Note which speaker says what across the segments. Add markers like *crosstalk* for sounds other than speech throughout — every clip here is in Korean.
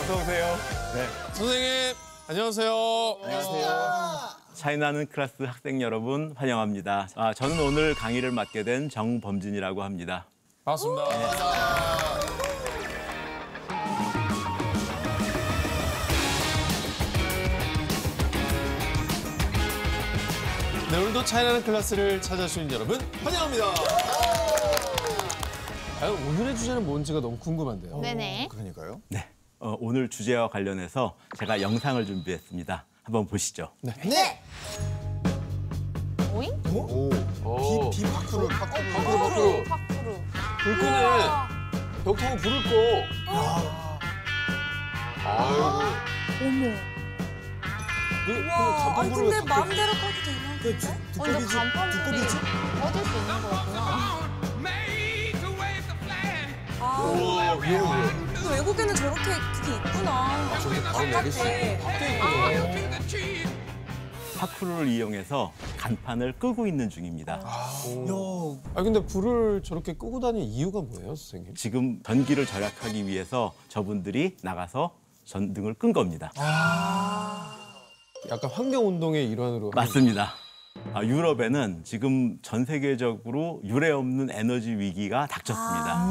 Speaker 1: 어서 오세요.
Speaker 2: 선생님 안녕하세요.
Speaker 1: 차이나는 클래스 학생 여러분 환영합니다. 아, 저는 오늘 강의를 맡게 된 정범진이라고 합니다.
Speaker 2: 반갑습니다. 네, 오늘도 차이나는 클래스를 찾아주신 여러분 환영합니다. 과연 오늘의 주제는 뭔지가 너무 궁금한데요.
Speaker 3: 네네.
Speaker 2: 어, 그러니까요.
Speaker 1: 네, 어, 오늘 주제와 관련해서 제가 영상을 준비했습니다. 한번 보시죠.
Speaker 3: 오잉?
Speaker 4: 비파쿠르
Speaker 3: 어,
Speaker 4: 파쿠르
Speaker 3: 파쿠르. 파쿠르.
Speaker 5: 불 끄네. 벽 타고 불을 꺼. 아유.
Speaker 3: 어머.
Speaker 5: 그,
Speaker 6: 와, 아니
Speaker 5: 로그
Speaker 6: 근데 마음대로 꺼도 되나?
Speaker 3: 어, 이거 간판들이 꺼질 수 있는 거였구나.
Speaker 6: 아,
Speaker 5: 우와, 귀여워.
Speaker 6: 근데 외국에는 저렇게 그게 있구나. 아, 바깥에.
Speaker 1: 파쿠르를 이용해서 간판을 끄고 있는 중입니다.
Speaker 2: 아 근데 불을 저렇게 끄고 다니는 이유가 뭐예요, 선생님?
Speaker 1: 지금 전기를 절약하기 위해서 저분들이 나가서 전등을 끈 겁니다.
Speaker 2: 약간 환경 운동의 일환으로.
Speaker 1: 맞습니다. 아, 유럽에는 지금 전 세계적으로 유례 없는 에너지 위기가 닥쳤습니다.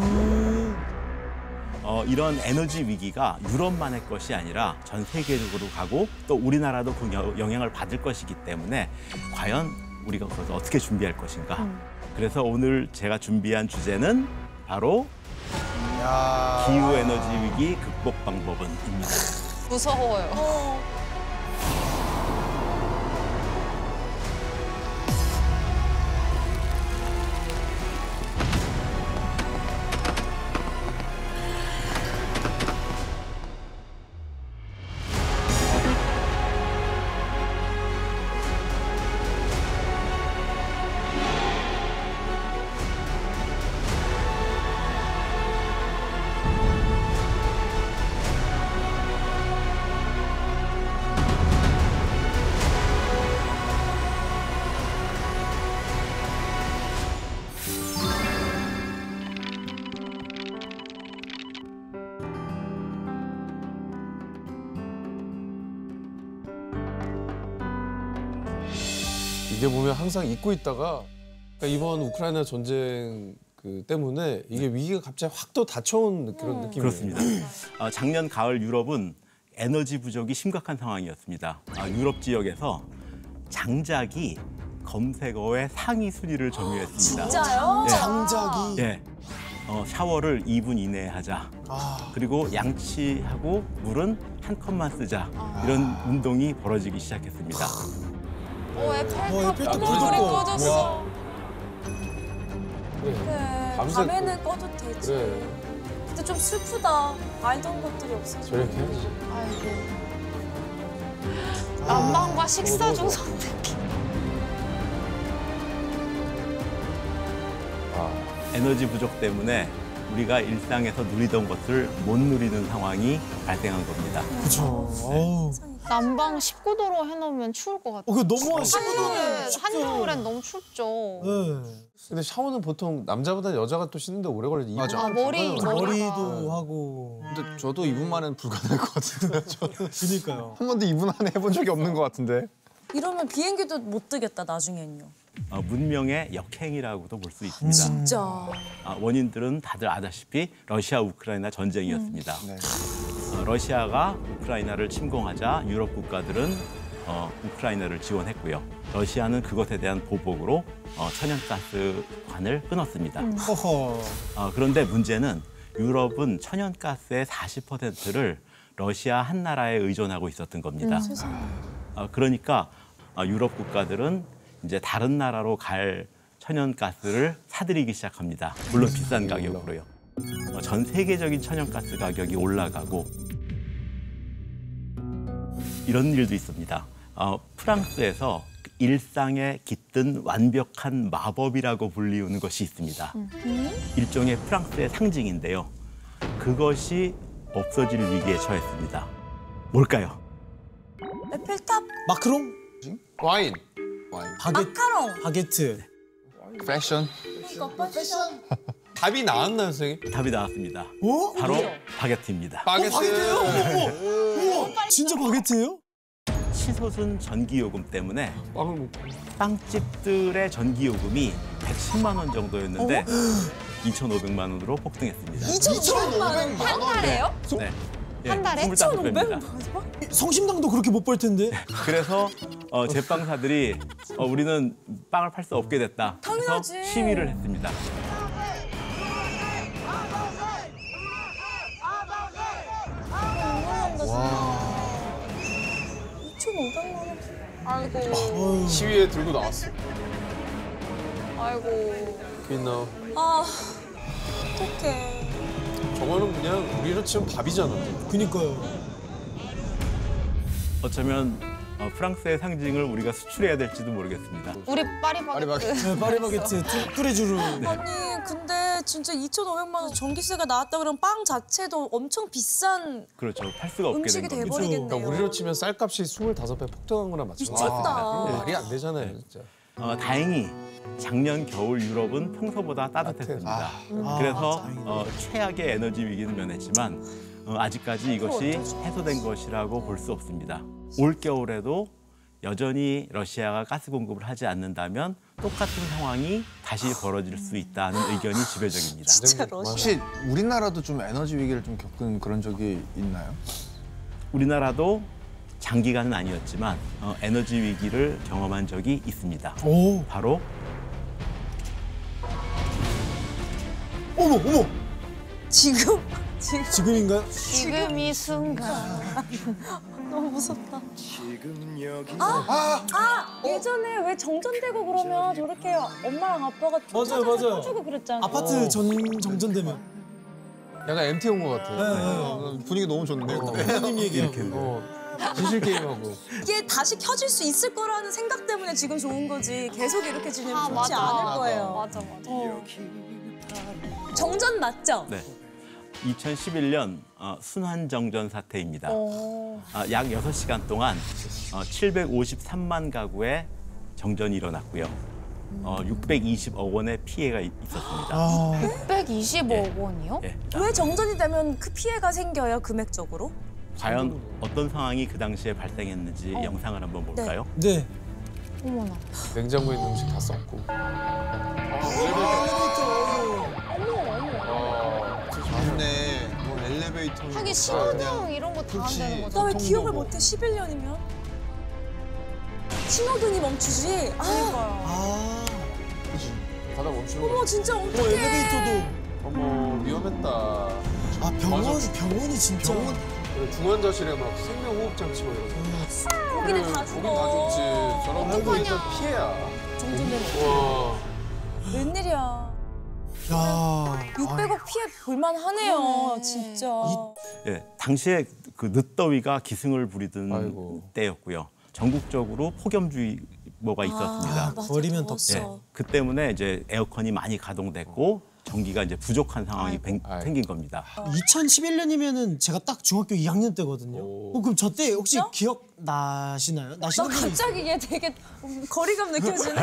Speaker 1: 어, 이런 에너지 위기가 유럽만의 것이 아니라 전 세계적으로 가고 또 우리나라도 그 여- 영향을 받을 것이기 때문에 과연 우리가 그것을 어떻게 준비할 것인가. 그래서 오늘 제가 준비한 주제는 바로 기후 에너지 위기 극복 방법은입니다.
Speaker 3: 무서워요.
Speaker 6: 어.
Speaker 2: 이게 보면 항상 잊고 있다가 그러니까 이번 우크라이나 전쟁 그 때문에 이게 위기가 갑자기 확 또 닥쳐온 그런 느낌이에요.
Speaker 1: 그렇습니다. 어, 작년 가을 유럽은 에너지 부족이 심각한 상황이었습니다. 아, 유럽 지역에서 장작이 검색어의 상위 순위를 점유했습니다.
Speaker 6: 진짜요?
Speaker 4: 장작이
Speaker 5: 네.
Speaker 1: 예. 어, 샤워를 2분 이내에 하자. 그리고 양치하고 물은 한 컵만 쓰자.
Speaker 6: 아.
Speaker 1: 이런 운동이 벌어지기 시작했습니다.
Speaker 6: 어,
Speaker 3: 오,
Speaker 5: 어,
Speaker 3: 에펠탑
Speaker 4: 에펠탑
Speaker 3: 불이
Speaker 4: 꺼졌어.
Speaker 3: 꺼졌어.
Speaker 2: 네.
Speaker 6: 그래.
Speaker 2: 밤새
Speaker 6: 네, 밤에는 꺼도 되지.
Speaker 2: 그래.
Speaker 6: 근데 좀 슬프다. 알던 것들이 없어서.
Speaker 2: 네. 저렇게 해야지.
Speaker 3: 아이고. 난방과 식사 중 선택기.
Speaker 1: 에너지 부족 때문에 우리가 일상에서 누리던 것을 못 누리는 상황이 발생한 겁니다.
Speaker 3: 난방 19도로 해놓으면 추울 것 같아요.
Speaker 4: 어, 그 너무
Speaker 3: 네, 한겨울엔 너무 춥죠.
Speaker 2: 근데 샤워는 보통 남자보다 여자가 또 씻는데 오래 걸리지.
Speaker 5: 맞아.
Speaker 3: 아, 머리, 머리가.
Speaker 4: 머리도 하고
Speaker 5: 근데 저도 이분만은 불가능할 것
Speaker 2: *laughs*
Speaker 5: 같은데. 저는
Speaker 4: 그니까요.
Speaker 5: 한 번도 이분 안에 해본 적이 없는 것 같은데.
Speaker 6: 이러면 비행기도 못 뜨겠다 나중엔요.
Speaker 1: 어, 문명의 역행이라고도 볼 수 있습니다.
Speaker 6: 진짜.
Speaker 1: 아, 원인들은 다들 아다시피 러시아 우크라이나 전쟁이었습니다. 어, 러시아가 우크라이나를 침공하자 유럽 국가들은 어, 우크라이나를 지원했고요. 러시아는 그것에 대한 보복으로 어, 천연가스관을 끊었습니다.
Speaker 4: 허허.
Speaker 1: 어, 그런데 문제는 유럽은 천연가스의 40%를 러시아 한 나라에 의존하고 있었던 겁니다. 어, 그러니까 어, 유럽 국가들은 이제 다른 나라로 갈 천연가스를 사들이기 시작합니다. 물론 비싼 가격으로요. 어, 전 세계적인 천연가스 가격이 올라가고 이런 일도 있습니다. 어, 프랑스에서 일상에 깃든 완벽한 마법이라고 불리우는 것이 있습니다. 일종의 프랑스의 상징인데요. 그것이 없어질 위기에 처했습니다. 뭘까요?
Speaker 6: 에펠탑
Speaker 4: 마크롱,
Speaker 5: 와인. 와인.
Speaker 4: 바게,
Speaker 6: 마카롱.
Speaker 4: 바게트,
Speaker 5: 패션.
Speaker 6: 이거 패션.
Speaker 2: 답이 나왔나요, 선생님?
Speaker 1: 답이 나왔습니다.
Speaker 4: 어?
Speaker 1: 바로 바게트입니다.
Speaker 2: 바게트.
Speaker 4: 바게트예요? 네. 어머, 어머. 우와, 진짜 바게트예요?
Speaker 1: 치솟은 전기요금 때문에
Speaker 2: 빵을 먹고.
Speaker 1: 빵집들의 전기요금이 110만 원 *gasps*
Speaker 6: 어?
Speaker 1: 정도였는데 2,500만 원으로 폭등했습니다.
Speaker 4: 2,500만
Speaker 6: 한 달에요?
Speaker 1: 네.
Speaker 3: 한 달에
Speaker 2: 그러니까.
Speaker 1: 2500?
Speaker 4: 성심당도 그렇게 못 벌 텐데.
Speaker 1: 그래서 어, 제빵사들이 어, 우리는 빵을 팔 수 없게 됐다. 그래서
Speaker 6: 당연하지.
Speaker 1: 시위를 했습니다.
Speaker 6: 아이고,
Speaker 5: 시위에 들고 나왔어.
Speaker 6: 아이고.
Speaker 2: 그나
Speaker 6: 아, 어떡해.
Speaker 2: 저거는 그냥 우리로 치면 밥이잖아.
Speaker 4: 그니까요.
Speaker 1: 어쩌면 어, 프랑스의 상징을 우리가 수출해야 될지도 모르겠습니다.
Speaker 3: 우리 파리바게트.
Speaker 4: 네, 파리바게트 뚜- 뚜레쥬르.
Speaker 6: 아니, 근데 진짜 2,500만 원 전기세가 나왔다 그러면 빵 자체도 엄청 비싼
Speaker 1: 그렇죠. 팔 수가 없게 된
Speaker 6: 음식이
Speaker 1: 겁니다.
Speaker 6: 돼버리겠네요.
Speaker 2: 그러니까 우리로 치면 쌀값이 25배 폭등한 거나 마찬가지.
Speaker 6: 미쳤다.
Speaker 2: 아, 말이 안 되잖아요, 진짜.
Speaker 1: 어, 다행히 작년 겨울 유럽은 평소보다 따뜻했습니다.
Speaker 4: 아,
Speaker 1: 그래서
Speaker 4: 다행이다.
Speaker 1: 어, 최악의 에너지 위기는 면했지만 어, 아직까지 이것이 해소된 것이라고 볼 수 없습니다. 올 겨울에도 여전히 러시아가 가스 공급을 하지 않는다면 똑같은 상황이 다시 벌어질 수 있다는 의견이 지배적입니다.
Speaker 6: 진짜 러시아.
Speaker 5: 혹시 우리나라도 좀 에너지 위기를 좀 겪은 그런 적이 있나요?
Speaker 1: 우리나라도 장기간은 아니었지만 어, 에너지 위기를 경험한 적이 있습니다.
Speaker 4: 오.
Speaker 1: 바로
Speaker 4: 어머, 어머.
Speaker 6: 지금? *laughs* 지금?
Speaker 4: 지금인가요?
Speaker 3: 지금 이 순간.
Speaker 6: 너무 무섭다. 아, 아, 예전에 왜 정전되고 그러면 저렇게 엄마랑 아빠가
Speaker 4: 맞아요, 맞아요.
Speaker 6: 고 그랬잖아요.
Speaker 4: 아파트 전 정전되면.
Speaker 2: 약간 MT 온 것
Speaker 5: 네,
Speaker 2: 같아.
Speaker 5: 어, 분위기 너무 좋네요.
Speaker 4: 부모님 얘기하고.
Speaker 2: 어, 진실 게임하고.
Speaker 6: 이게 다시 켜질 수 있을 거라는 생각 때문에 지금 좋은 거지. 계속 이렇게 지내면
Speaker 3: 아,
Speaker 6: 좋지
Speaker 3: 맞아.
Speaker 6: 않을 거예요.
Speaker 3: 맞아, 맞아.
Speaker 6: 어. 정전 맞죠?
Speaker 1: 네. 2011년 어, 순환정전 사태입니다. 아, 약 6시간 동안 어, 753만 가구에 정전이 일어났고요. 어, 620억 원의 피해가 있- 있었습니다.
Speaker 3: 125억 원이요?
Speaker 1: 예.
Speaker 6: 왜 정전이 되면 그 피해가 생겨요, 금액적으로?
Speaker 1: 과연 어떤 상황이 그 당시에 발생했는지 영상을 한번 볼까요?
Speaker 4: 네.
Speaker 3: 어머나.
Speaker 2: 냉장고에 있는 음식 다 썩고.
Speaker 5: 아, 좋네. 뭐 엘리베이터.
Speaker 3: 하긴
Speaker 5: 그냥
Speaker 3: 신혼여행 이런 거 다 안
Speaker 5: 그렇지.
Speaker 3: 되는
Speaker 6: 나
Speaker 3: 거죠?
Speaker 6: 왜
Speaker 5: 보통
Speaker 6: 기억을
Speaker 5: 보고.
Speaker 6: 못해, 11년이면? 신호등이 멈추지? 아,
Speaker 4: 아.
Speaker 2: 네, 바다 멈추는
Speaker 6: 어머,
Speaker 2: 거.
Speaker 6: 진짜
Speaker 4: 어,
Speaker 6: 어떡해.
Speaker 4: 엘리베이터도.
Speaker 2: 어머, 위험했다.
Speaker 4: 아, 병원,
Speaker 2: 맞아.
Speaker 4: 병원이 진짜.
Speaker 2: 병원 그래, 중환자실에 막 생명호흡장치 막 이런 거.
Speaker 6: 고기는 다
Speaker 2: 거긴 다
Speaker 6: 죽어.
Speaker 2: 죽지. 저런 거 일단 피해야.
Speaker 6: 정전되면
Speaker 2: 와.
Speaker 6: 웬일이야.
Speaker 4: 야.
Speaker 6: 600억 피해 볼만하네요, 진짜.
Speaker 1: 예, 당시에 그 늦더위가 기승을 부리던
Speaker 2: 아이고.
Speaker 1: 때였고요. 전국적으로 폭염주의보가 있었습니다.
Speaker 6: 맞아,
Speaker 4: 버리면
Speaker 6: 더웠어.
Speaker 1: 예, 그 때문에 이제 에어컨이 많이 가동됐고 전기가 이제 부족한 상황이 뱅-
Speaker 2: 아이고.
Speaker 1: 생긴 겁니다.
Speaker 4: 2011년이면은 제가 딱 중학교 2학년 때거든요.
Speaker 2: 오.
Speaker 4: 어, 그럼 저 때 혹시 기억 나시나요?
Speaker 6: 나
Speaker 4: 나시는 분이 있어요?
Speaker 6: 갑자기 얘 되게 음, 거리감 느껴지네.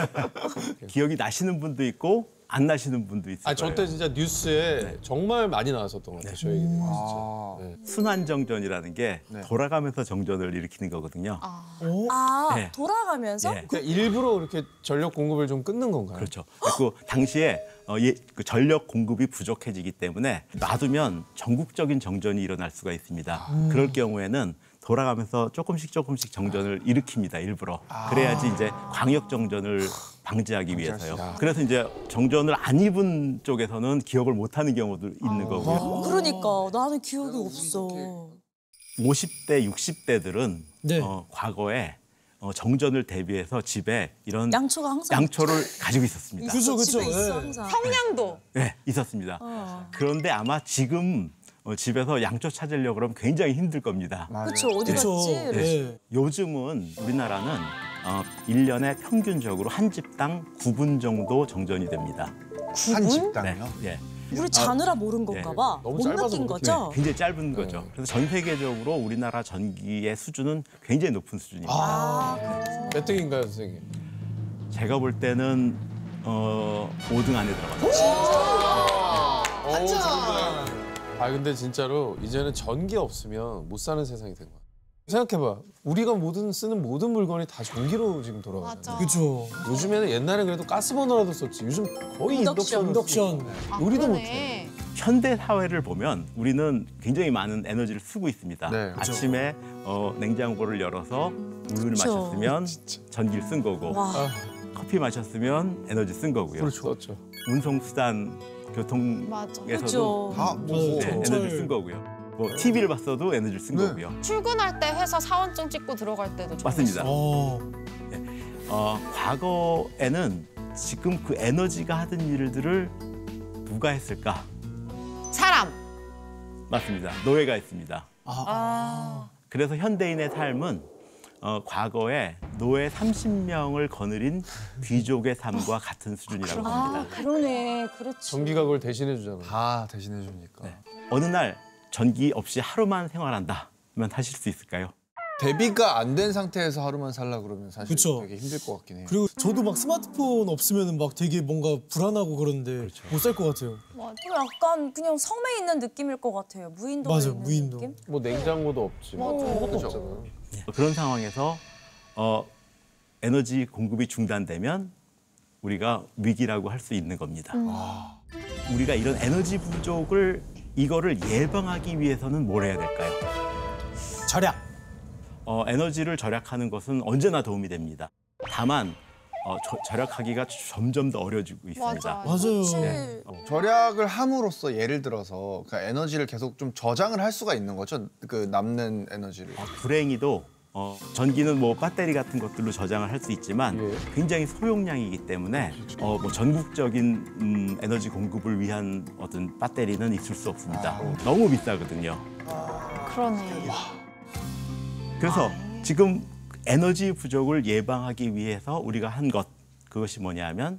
Speaker 1: 기억이 나시는 분도 있고 안 나시는 분도 있을
Speaker 2: 아,
Speaker 1: 거예요.
Speaker 2: 저때 진짜 뉴스에 정말 많이 나왔었던 것 네. 같아요, 저희 얘기는.
Speaker 5: 아.
Speaker 1: 순환 정전이라는 게
Speaker 2: 네.
Speaker 1: 돌아가면서 정전을 일으키는 거거든요.
Speaker 4: 오.
Speaker 6: 아,
Speaker 1: 예.
Speaker 6: 돌아가면서?
Speaker 5: 네.
Speaker 1: 예,
Speaker 2: 그냥 일부러 이렇게 전력 공급을 좀 끊는 건가요?
Speaker 1: 그렇죠. 그리고 당시에 어, 예, 그 전력 공급이 부족해지기 때문에 놔두면 전국적인 정전이 일어날 수가 있습니다. 그럴 경우에는 돌아가면서 조금씩 조금씩 정전을 일으킵니다. 일부러 그래야지 이제 광역 정전을 방지하기 위해서요. 그래서 이제 정전을 안 입은 쪽에서는 기억을 못하는 경우도 있는 거고요.
Speaker 6: 그러니까 나는 기억이 없어.
Speaker 1: 50대, 60대들은
Speaker 4: 네.
Speaker 1: 어, 과거에 어, 정전을 대비해서 집에 이런
Speaker 6: 양초가 항상
Speaker 1: 양초를 가지고 있었습니다.
Speaker 4: 그죠, 그죠.
Speaker 6: 집에 있어
Speaker 4: 예.
Speaker 6: 항상.
Speaker 7: 성냥도
Speaker 1: 네, 있었습니다. 그런데 아마 지금 어, 집에서 양초 찾으려고 그러면 굉장히 힘들 겁니다.
Speaker 6: 그렇죠. 어디
Speaker 4: 그렇죠.
Speaker 6: 갔지?
Speaker 4: 예.
Speaker 1: 요즘은 우리나라는 어, 1년에 평균적으로 한 집당 9분 정도 정전이 됩니다.
Speaker 5: 한
Speaker 2: 네.
Speaker 5: 집단이요?
Speaker 1: 예.
Speaker 6: 우리 자느라 모른 건가
Speaker 1: 예.
Speaker 6: 봐.
Speaker 2: 너무
Speaker 6: 못
Speaker 2: 짧아서
Speaker 6: 느낀
Speaker 2: 그렇게
Speaker 6: 거죠?
Speaker 1: 네, 굉장히 짧은 거죠. 그래서 전 세계적으로 우리나라 전기의 수준은 굉장히 높은 수준입니다.
Speaker 2: 몇 등인가요, 선생님?
Speaker 1: 제가 볼 때는 어, 5등 안에 들어갔어요.
Speaker 2: 아 근데 진짜로 이제는 전기 없으면 못 사는 세상이 된 거야. 생각해봐. 우리가 모든 쓰는 모든 물건이 다 전기로 지금 돌아가잖아.
Speaker 3: 맞아.
Speaker 4: 그쵸.
Speaker 2: 요즘에는 옛날에 그래도 가스버너라도 썼지. 요즘 거의
Speaker 6: 인덕션.
Speaker 2: 인덕션.
Speaker 4: 인덕션.
Speaker 3: 아,
Speaker 2: 우리도
Speaker 3: 그러네.
Speaker 1: 현대 사회를 보면 우리는 굉장히 많은 에너지를 쓰고 있습니다.
Speaker 5: 네, 그렇죠.
Speaker 1: 아침에 어, 냉장고를 열어서 우유를
Speaker 6: 그렇죠.
Speaker 1: 마셨으면 전기를 쓴 거고
Speaker 6: 와.
Speaker 5: 아.
Speaker 1: 커피 마셨으면 에너지 쓴 거고요.
Speaker 5: 그렇죠.
Speaker 2: 썼죠.
Speaker 1: 운송수단
Speaker 3: 맞아.
Speaker 1: 교통에서도
Speaker 6: 그렇죠.
Speaker 5: 다 뭐.
Speaker 1: 네, 에너지를 쓴 거고요. 뭐 TV를 봤어도 에너지를 쓴
Speaker 5: 네.
Speaker 1: 거고요.
Speaker 3: 출근할 때 회사 사원증 찍고 들어갈 때도 좀
Speaker 1: 맞습니다.
Speaker 4: 어.
Speaker 1: 어, 과거에는 지금 그 에너지가 하던 일들을 누가 했을까?
Speaker 3: 사람.
Speaker 1: 맞습니다. 노예가 했습니다.
Speaker 3: 아.
Speaker 1: 그래서 현대인의 삶은 어, 과거에 노예 30명을 거느린 귀족의 삶과 같은 수준이라고 합니다.
Speaker 6: 그러네. 그렇지.
Speaker 2: 전기가 그걸 대신해 네. 주잖아.
Speaker 5: 다 대신해 주니까.
Speaker 1: 어느 날 전기 없이 하루만 생활한다면 하실 수 있을까요?
Speaker 5: 대비가 안 된 상태에서 하루만 살라 그러면 사실
Speaker 4: 그쵸.
Speaker 5: 되게 힘들 것 같긴 해요.
Speaker 4: 그리고 저도 막 스마트폰 없으면 막 되게 뭔가 불안하고 그런데 못 살 것 같아요.
Speaker 6: 뭐, 약간 그냥 섬에 있는 느낌일 것 같아요. 무인도에
Speaker 4: 맞아,
Speaker 6: 있는
Speaker 4: 무인도.
Speaker 6: 느낌?
Speaker 2: 뭐 냉장고도 없지. 뭐 아무것도 없잖아.
Speaker 1: 그런 상황에서 어, 에너지 공급이 중단되면 우리가 위기라고 할 수 있는 겁니다. 우리가 이런 에너지 부족을 이거를 예방하기 위해서는 뭘 해야 될까요?
Speaker 4: 절약.
Speaker 1: 어, 에너지를 절약하는 것은 언제나 도움이 됩니다. 다만 어, 저- 절약하기가 점점 더 어려지고 있습니다.
Speaker 3: 맞아.
Speaker 4: 맞아요.
Speaker 6: 네.
Speaker 5: 절약을 함으로써 예를 들어서 그 에너지를 계속 좀 저장을 할 수가 있는 거죠. 그 남는 에너지를.
Speaker 3: 아,
Speaker 1: 어, 불행히도 어, 전기는 뭐 배터리 같은 것들로 저장을 할 수 있지만
Speaker 2: 예.
Speaker 1: 굉장히 소용량이기 때문에 어, 뭐 전국적인 음, 에너지 공급을 위한 어떤 배터리는 있을 수 없습니다. 너무 비싸거든요.
Speaker 3: 그러네.
Speaker 1: 그래서
Speaker 3: 아, 예.
Speaker 1: 지금 에너지 부족을 예방하기 위해서 우리가 한 것 그것이 뭐냐면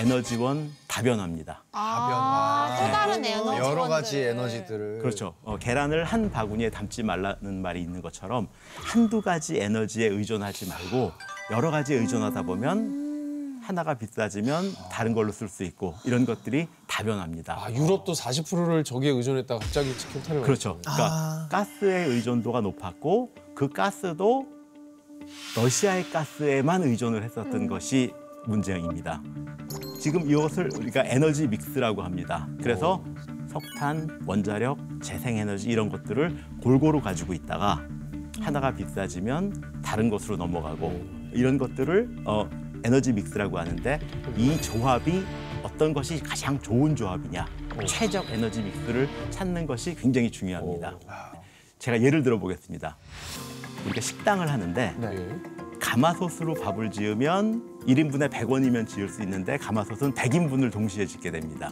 Speaker 1: 에너지원 다변화입니다.
Speaker 3: 아, 또 다른 에너지.
Speaker 5: 여러 가지 에너지들을
Speaker 1: 그렇죠. 어, 계란을 한 바구니에 담지 말라는 말이 있는 것처럼 한두 가지 에너지에 의존하지 말고 여러 가지에 의존하다 보면 하나가 비싸지면 다른 걸로 쓸 수 있고 이런 것들이 다변합니다.
Speaker 2: 아 유럽도 40%를 저기에 의존했다가 갑자기 치킨 타령.
Speaker 1: 그렇죠. 그러니까
Speaker 2: 아.
Speaker 1: 가스의 의존도가 높았고 그 가스도 러시아의 가스에만 의존을 했었던 것이 문제입니다. 지금 이것을 우리가 에너지 믹스라고 합니다. 그래서 석탄, 원자력, 재생에너지 이런 것들을 골고루 가지고 있다가 하나가 비싸지면 다른 것으로 넘어가고 이런 것들을 어, 에너지 믹스라고 하는데 이 조합이 어떤 것이 가장 좋은 조합이냐 최적 에너지 믹스를 찾는 것이 굉장히 중요합니다. 제가 예를 들어 보겠습니다. 우리가 식당을 하는데
Speaker 5: 네.
Speaker 2: 예.
Speaker 1: 가마솥으로 밥을 지으면 1인분에 100원이면 지을 수 있는데 가마솥은 100인분을 동시에 짓게 됩니다.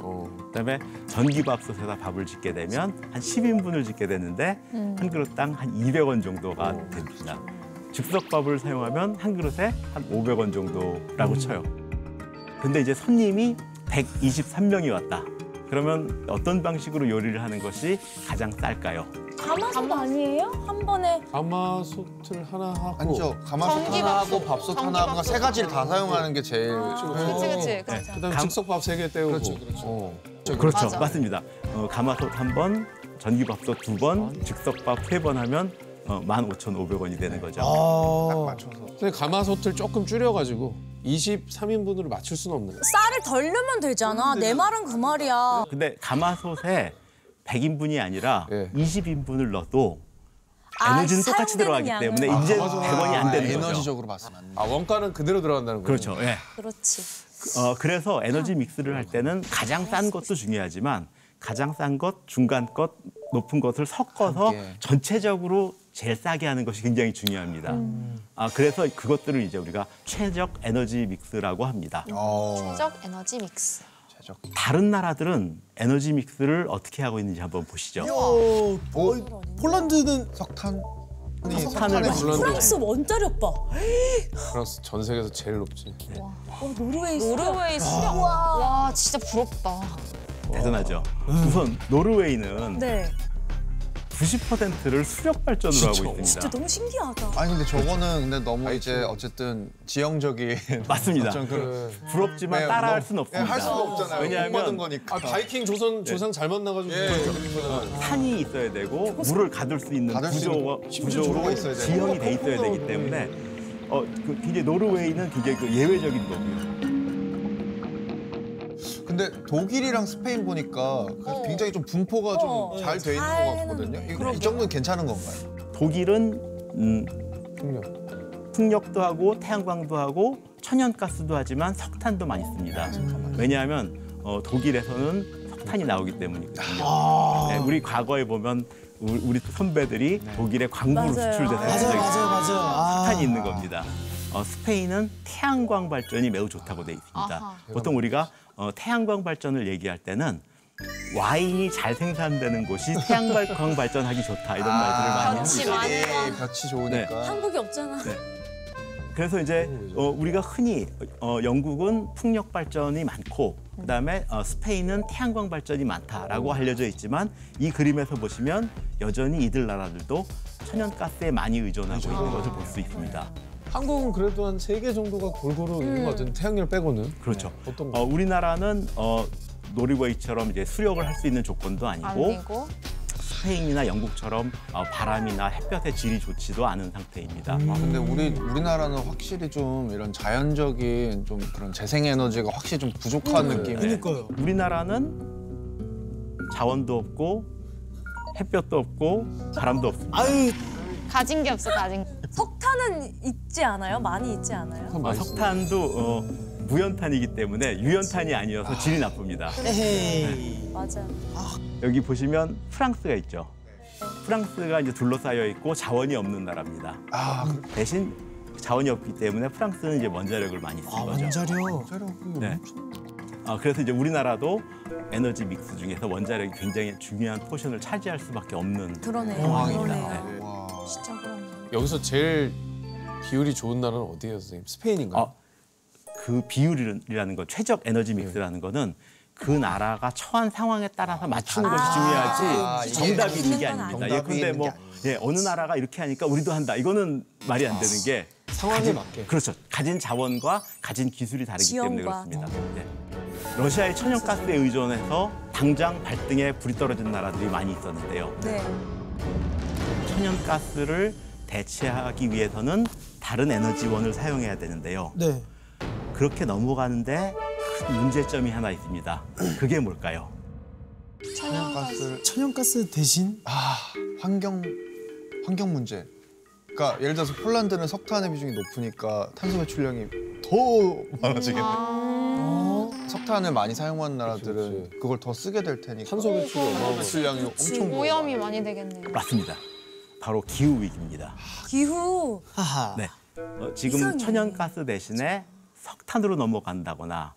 Speaker 1: 그다음에 전기밥솥에다 밥을 짓게 되면 한 10인분을 짓게 되는데 한 그릇당 한 200원 정도가 됩니다. 즉석밥을 사용하면 한 그릇에 한 500원
Speaker 2: 음.
Speaker 1: 정도라고 쳐요. 근데 이제 손님이 123명이 왔다. 그러면 어떤 방식으로 요리를 하는 것이 가장 쌀까요?
Speaker 6: 가마솥 아니에요? 한 번에
Speaker 2: 가마솥을 하나 하고
Speaker 5: 아니죠. 가마솥
Speaker 3: 전기밥솥.
Speaker 5: 하나하고 밥솥 하나하고
Speaker 3: 전기밥솥
Speaker 5: 세 가지를 다 사용하는 게 제일
Speaker 3: 그렇지,
Speaker 5: 네.
Speaker 3: 그렇지, 그렇지.
Speaker 2: 그다음에
Speaker 1: 감-
Speaker 2: 즉석밥 세 개 때우고.
Speaker 5: 그렇죠, 그렇죠.
Speaker 2: 어.
Speaker 1: 그렇죠.
Speaker 3: 맞아.
Speaker 1: 맞습니다. 어, 가마솥 한 번, 전기밥솥 두 번, 즉석밥 세 번 하면 어, 15,500원이 되는 거죠.
Speaker 5: 딱
Speaker 4: 아.
Speaker 5: 맞춰서.
Speaker 2: 근데 가마솥을 조금 줄여가지고 23인분으로 맞출 수는 없는 거야.
Speaker 6: 쌀을 덜 넣으면
Speaker 1: 음,
Speaker 6: 되잖아.
Speaker 1: 네.
Speaker 6: 내 말은 그 말이야.
Speaker 1: 근데 가마솥에 100인분이 아니라
Speaker 2: 예.
Speaker 1: 20인분을 넣어도
Speaker 6: 아,
Speaker 1: 에너지는
Speaker 6: 사용되는
Speaker 1: 똑같이 들어가기
Speaker 6: 양은.
Speaker 1: 때문에 이제
Speaker 2: 맞아.
Speaker 1: 100원이 안 되는 거죠.
Speaker 5: 에너지적으로 봤을 때.
Speaker 2: 아 원가는 그대로
Speaker 5: 음.
Speaker 2: 들어간다는 거예요.
Speaker 1: 그렇죠. 예.
Speaker 6: 그렇지.
Speaker 1: 어, 그래서 에너지 믹스를 할 때는 가장 싼 것도 중요하지만 가장 싼 것, 중간 것, 높은 것을 섞어서
Speaker 5: 함께.
Speaker 1: 전체적으로 제일 싸게 하는 것이 굉장히 중요합니다.
Speaker 6: 음.
Speaker 1: 아, 그래서 그것들을 이제 우리가 최적 에너지 믹스라고 합니다.
Speaker 5: 어.
Speaker 3: 적 에너지 믹스.
Speaker 5: 최적.
Speaker 1: 다른 나라들은 에너지 믹스를 어떻게 하고 있는지 한번 보시죠.
Speaker 4: 어,
Speaker 5: 오,
Speaker 4: 폴란드는
Speaker 5: 석탄.
Speaker 1: 석탄을
Speaker 2: 물론-
Speaker 6: 프랑스 어, 원자리 오빠.
Speaker 2: 프랑스 전 세계에서 제일 높지.
Speaker 6: 노르웨이 아.
Speaker 3: 노르웨이 수력. 와, 진짜 부럽다.
Speaker 5: 어. 음.
Speaker 1: 대단하죠. 우선 노르웨이는
Speaker 6: 네.
Speaker 1: 90%를 수력 발전으로 하고 있습니다.
Speaker 6: 진짜 너무 신기하다.
Speaker 5: 아니 근데 저거는 근데 너무 이제 어쨌든 지형적인
Speaker 1: 맞습니다.
Speaker 5: 어떤 그런-
Speaker 2: 그
Speaker 1: 부럽지만
Speaker 5: 네,
Speaker 1: 따라할
Speaker 5: 뭐,
Speaker 1: 수는
Speaker 5: 예,
Speaker 1: 없습니다.
Speaker 5: 할 수가 없잖아요.
Speaker 1: 왜냐하면
Speaker 5: 못 받은 거니까.
Speaker 2: 아, 바이킹 조선 조상 잘 만나가지고 그렇죠.
Speaker 1: 산이 있어야 되고 물을 가둘 수 있는
Speaker 5: 가둘 수 있는
Speaker 1: 구조가
Speaker 5: 심지어
Speaker 1: 구조로
Speaker 5: 조로가 있어야 되고.
Speaker 1: 지형이 돼 있어야 되기 때문에 어, 그 굉장히 노르웨이는 굉장히 그 예외적인 거고요.
Speaker 5: 근데 독일이랑 스페인 보니까
Speaker 6: 어.
Speaker 5: 굉장히 좀 분포가
Speaker 6: 어.
Speaker 5: 좀 잘 돼 있는
Speaker 6: 잘
Speaker 5: 것 같거든요.
Speaker 6: 해놨네.
Speaker 5: 이거
Speaker 6: 그러게요.
Speaker 5: 이 정도는 괜찮은 건가요?
Speaker 1: 독일은 음,
Speaker 2: 풍력.
Speaker 1: 풍력도 하고 태양광도 하고 천연가스도 하지만 석탄도 많이 씁니다. 왜냐하면 어, 독일에서는 석탄이 나오기 때문이거든요. 네, 우리 과거에 보면 우리, 우리 선배들이 독일에 광물을
Speaker 6: 맞아요.
Speaker 1: 수출돼서
Speaker 4: 맞아요, 맞아요, 맞아요. 아.
Speaker 1: 석탄이 있는 겁니다. 어, 스페인은 태양광 발전이 매우 좋다고 돼 있습니다.
Speaker 3: 아하.
Speaker 1: 보통 우리가 어, 태양광 발전을 얘기할 때는 와인이 잘 생산되는 곳이 태양광 발전하기 좋다 이런 말들을 많이 네.
Speaker 6: 그렇지,
Speaker 1: 합니다.
Speaker 6: 많이
Speaker 5: 예, 볕이
Speaker 2: 네.
Speaker 5: 좋으니까.
Speaker 6: 한국이 없잖아.
Speaker 1: 네. 그래서 이제 어, 우리가 흔히 어, 영국은 풍력 발전이 많고 그다음에 어, 스페인은 태양광 발전이 많다라고 알려져 있지만 이 그림에서 보시면 여전히 이들 나라들도 천연가스에 많이 의존하고 있는
Speaker 2: 그렇죠.
Speaker 1: 것을 볼 수 있습니다.
Speaker 2: 한국은 그래도 한 세 개 정도가 골고루
Speaker 6: 음.
Speaker 2: 있는 것 같은데 태양열 빼고는
Speaker 1: 그렇죠.
Speaker 2: 네, 어떤
Speaker 1: 어,
Speaker 2: 거?
Speaker 1: 우리나라는 어, 노르웨이처럼 이제 수력을 할 수 있는 조건도 아니고
Speaker 3: 아니고 네.
Speaker 1: 스페인이나 영국처럼 어, 바람이나 햇볕의 질이 좋지도 않은 상태입니다.
Speaker 2: 음.
Speaker 1: 어,
Speaker 5: 아, 근데 우리 우리나라는 확실히 좀 이런 자연적인 좀 그런 재생 에너지가 확실히 좀 부족한 느낌.
Speaker 1: 네.
Speaker 4: 그러니까요.
Speaker 1: 우리나라는 자원도 없고 햇볕도 없고 바람도 없습니다.
Speaker 4: 아유,
Speaker 3: 가진 게 없어 가진 게.
Speaker 6: 석탄은 있지 않아요? 많이 있지 않아요?
Speaker 1: 어, 석탄도 어, 무연탄이기 때문에 유연탄이 아니어서 질이 나쁩니다.
Speaker 4: 에헤이.
Speaker 6: 맞아.
Speaker 1: 여기 보시면 프랑스가 있죠. 프랑스가 이제 둘러싸여 있고 자원이 없는 나라입니다.
Speaker 5: 아, 그-
Speaker 1: 대신 자원이 없기 때문에 프랑스는 이제 원자력을 많이 쓴
Speaker 4: 아,
Speaker 1: 거죠.
Speaker 4: 원자력.
Speaker 1: 네. 아, 그래서 이제 우리나라도 에너지 믹스 중에서 원자력이 굉장히 중요한 포션을 차지할 수밖에 없는
Speaker 6: 그러네요.
Speaker 1: 상황입니다. 네.
Speaker 6: 그러네요.
Speaker 5: 와.
Speaker 6: 진짜 그러네요.
Speaker 2: 여기서 제일 비율이 좋은 나라는 어디예요, 선생님? 스페인인가요?
Speaker 1: 어, 그 비율이라는 건 최적 에너지
Speaker 5: 네.
Speaker 1: 믹스라는 거는 그 나라가 처한 상황에 따라서 맞추는 것이 중요하지
Speaker 5: 아, 이게
Speaker 1: 정답이 있는 게
Speaker 6: 있는 건
Speaker 1: 아닙니다.
Speaker 5: 아니에요.
Speaker 1: 예, 근데
Speaker 5: 정답이
Speaker 1: 뭐
Speaker 5: 있는
Speaker 1: 예, 어느 나라가 이렇게 하니까 우리도 한다. 이거는 말이 안 되는 게
Speaker 2: 상황에 맞게.
Speaker 1: 그렇죠. 가진 자원과 가진 기술이 다르기 때문에
Speaker 6: 지형과.
Speaker 1: 그렇습니다. 예. 러시아의 천연가스에 의존해서 당장 발등에 불이 떨어진 나라들이 많이 있었는데요.
Speaker 6: 네.
Speaker 1: 천연가스를 대체하기 위해서는 다른 에너지원을 사용해야 되는데요.
Speaker 4: 네.
Speaker 1: 그렇게 넘어가는데 큰 문제점이 하나 있습니다. 그게 뭘까요?
Speaker 5: 천연가스
Speaker 4: 천연가스 대신
Speaker 5: 아, 환경 환경 문제. 그러니까 예를 들어서 폴란드는 석탄의 비중이 높으니까 탄소 배출량이 더 많아지겠네. 석탄을 많이 사용하는
Speaker 2: 그치,
Speaker 5: 나라들은 그걸 더 쓰게 될 테니까
Speaker 2: 탄소 배출이 어마어마하죠.
Speaker 5: 배출량이 엄청
Speaker 3: 오염이 많이 되겠네요.
Speaker 1: 맞습니다. 바로 기후 위기입니다.
Speaker 6: 기후.
Speaker 4: 하하.
Speaker 1: 네. 어, 지금
Speaker 6: 이상해.
Speaker 1: 천연가스 대신에 석탄으로 넘어간다거나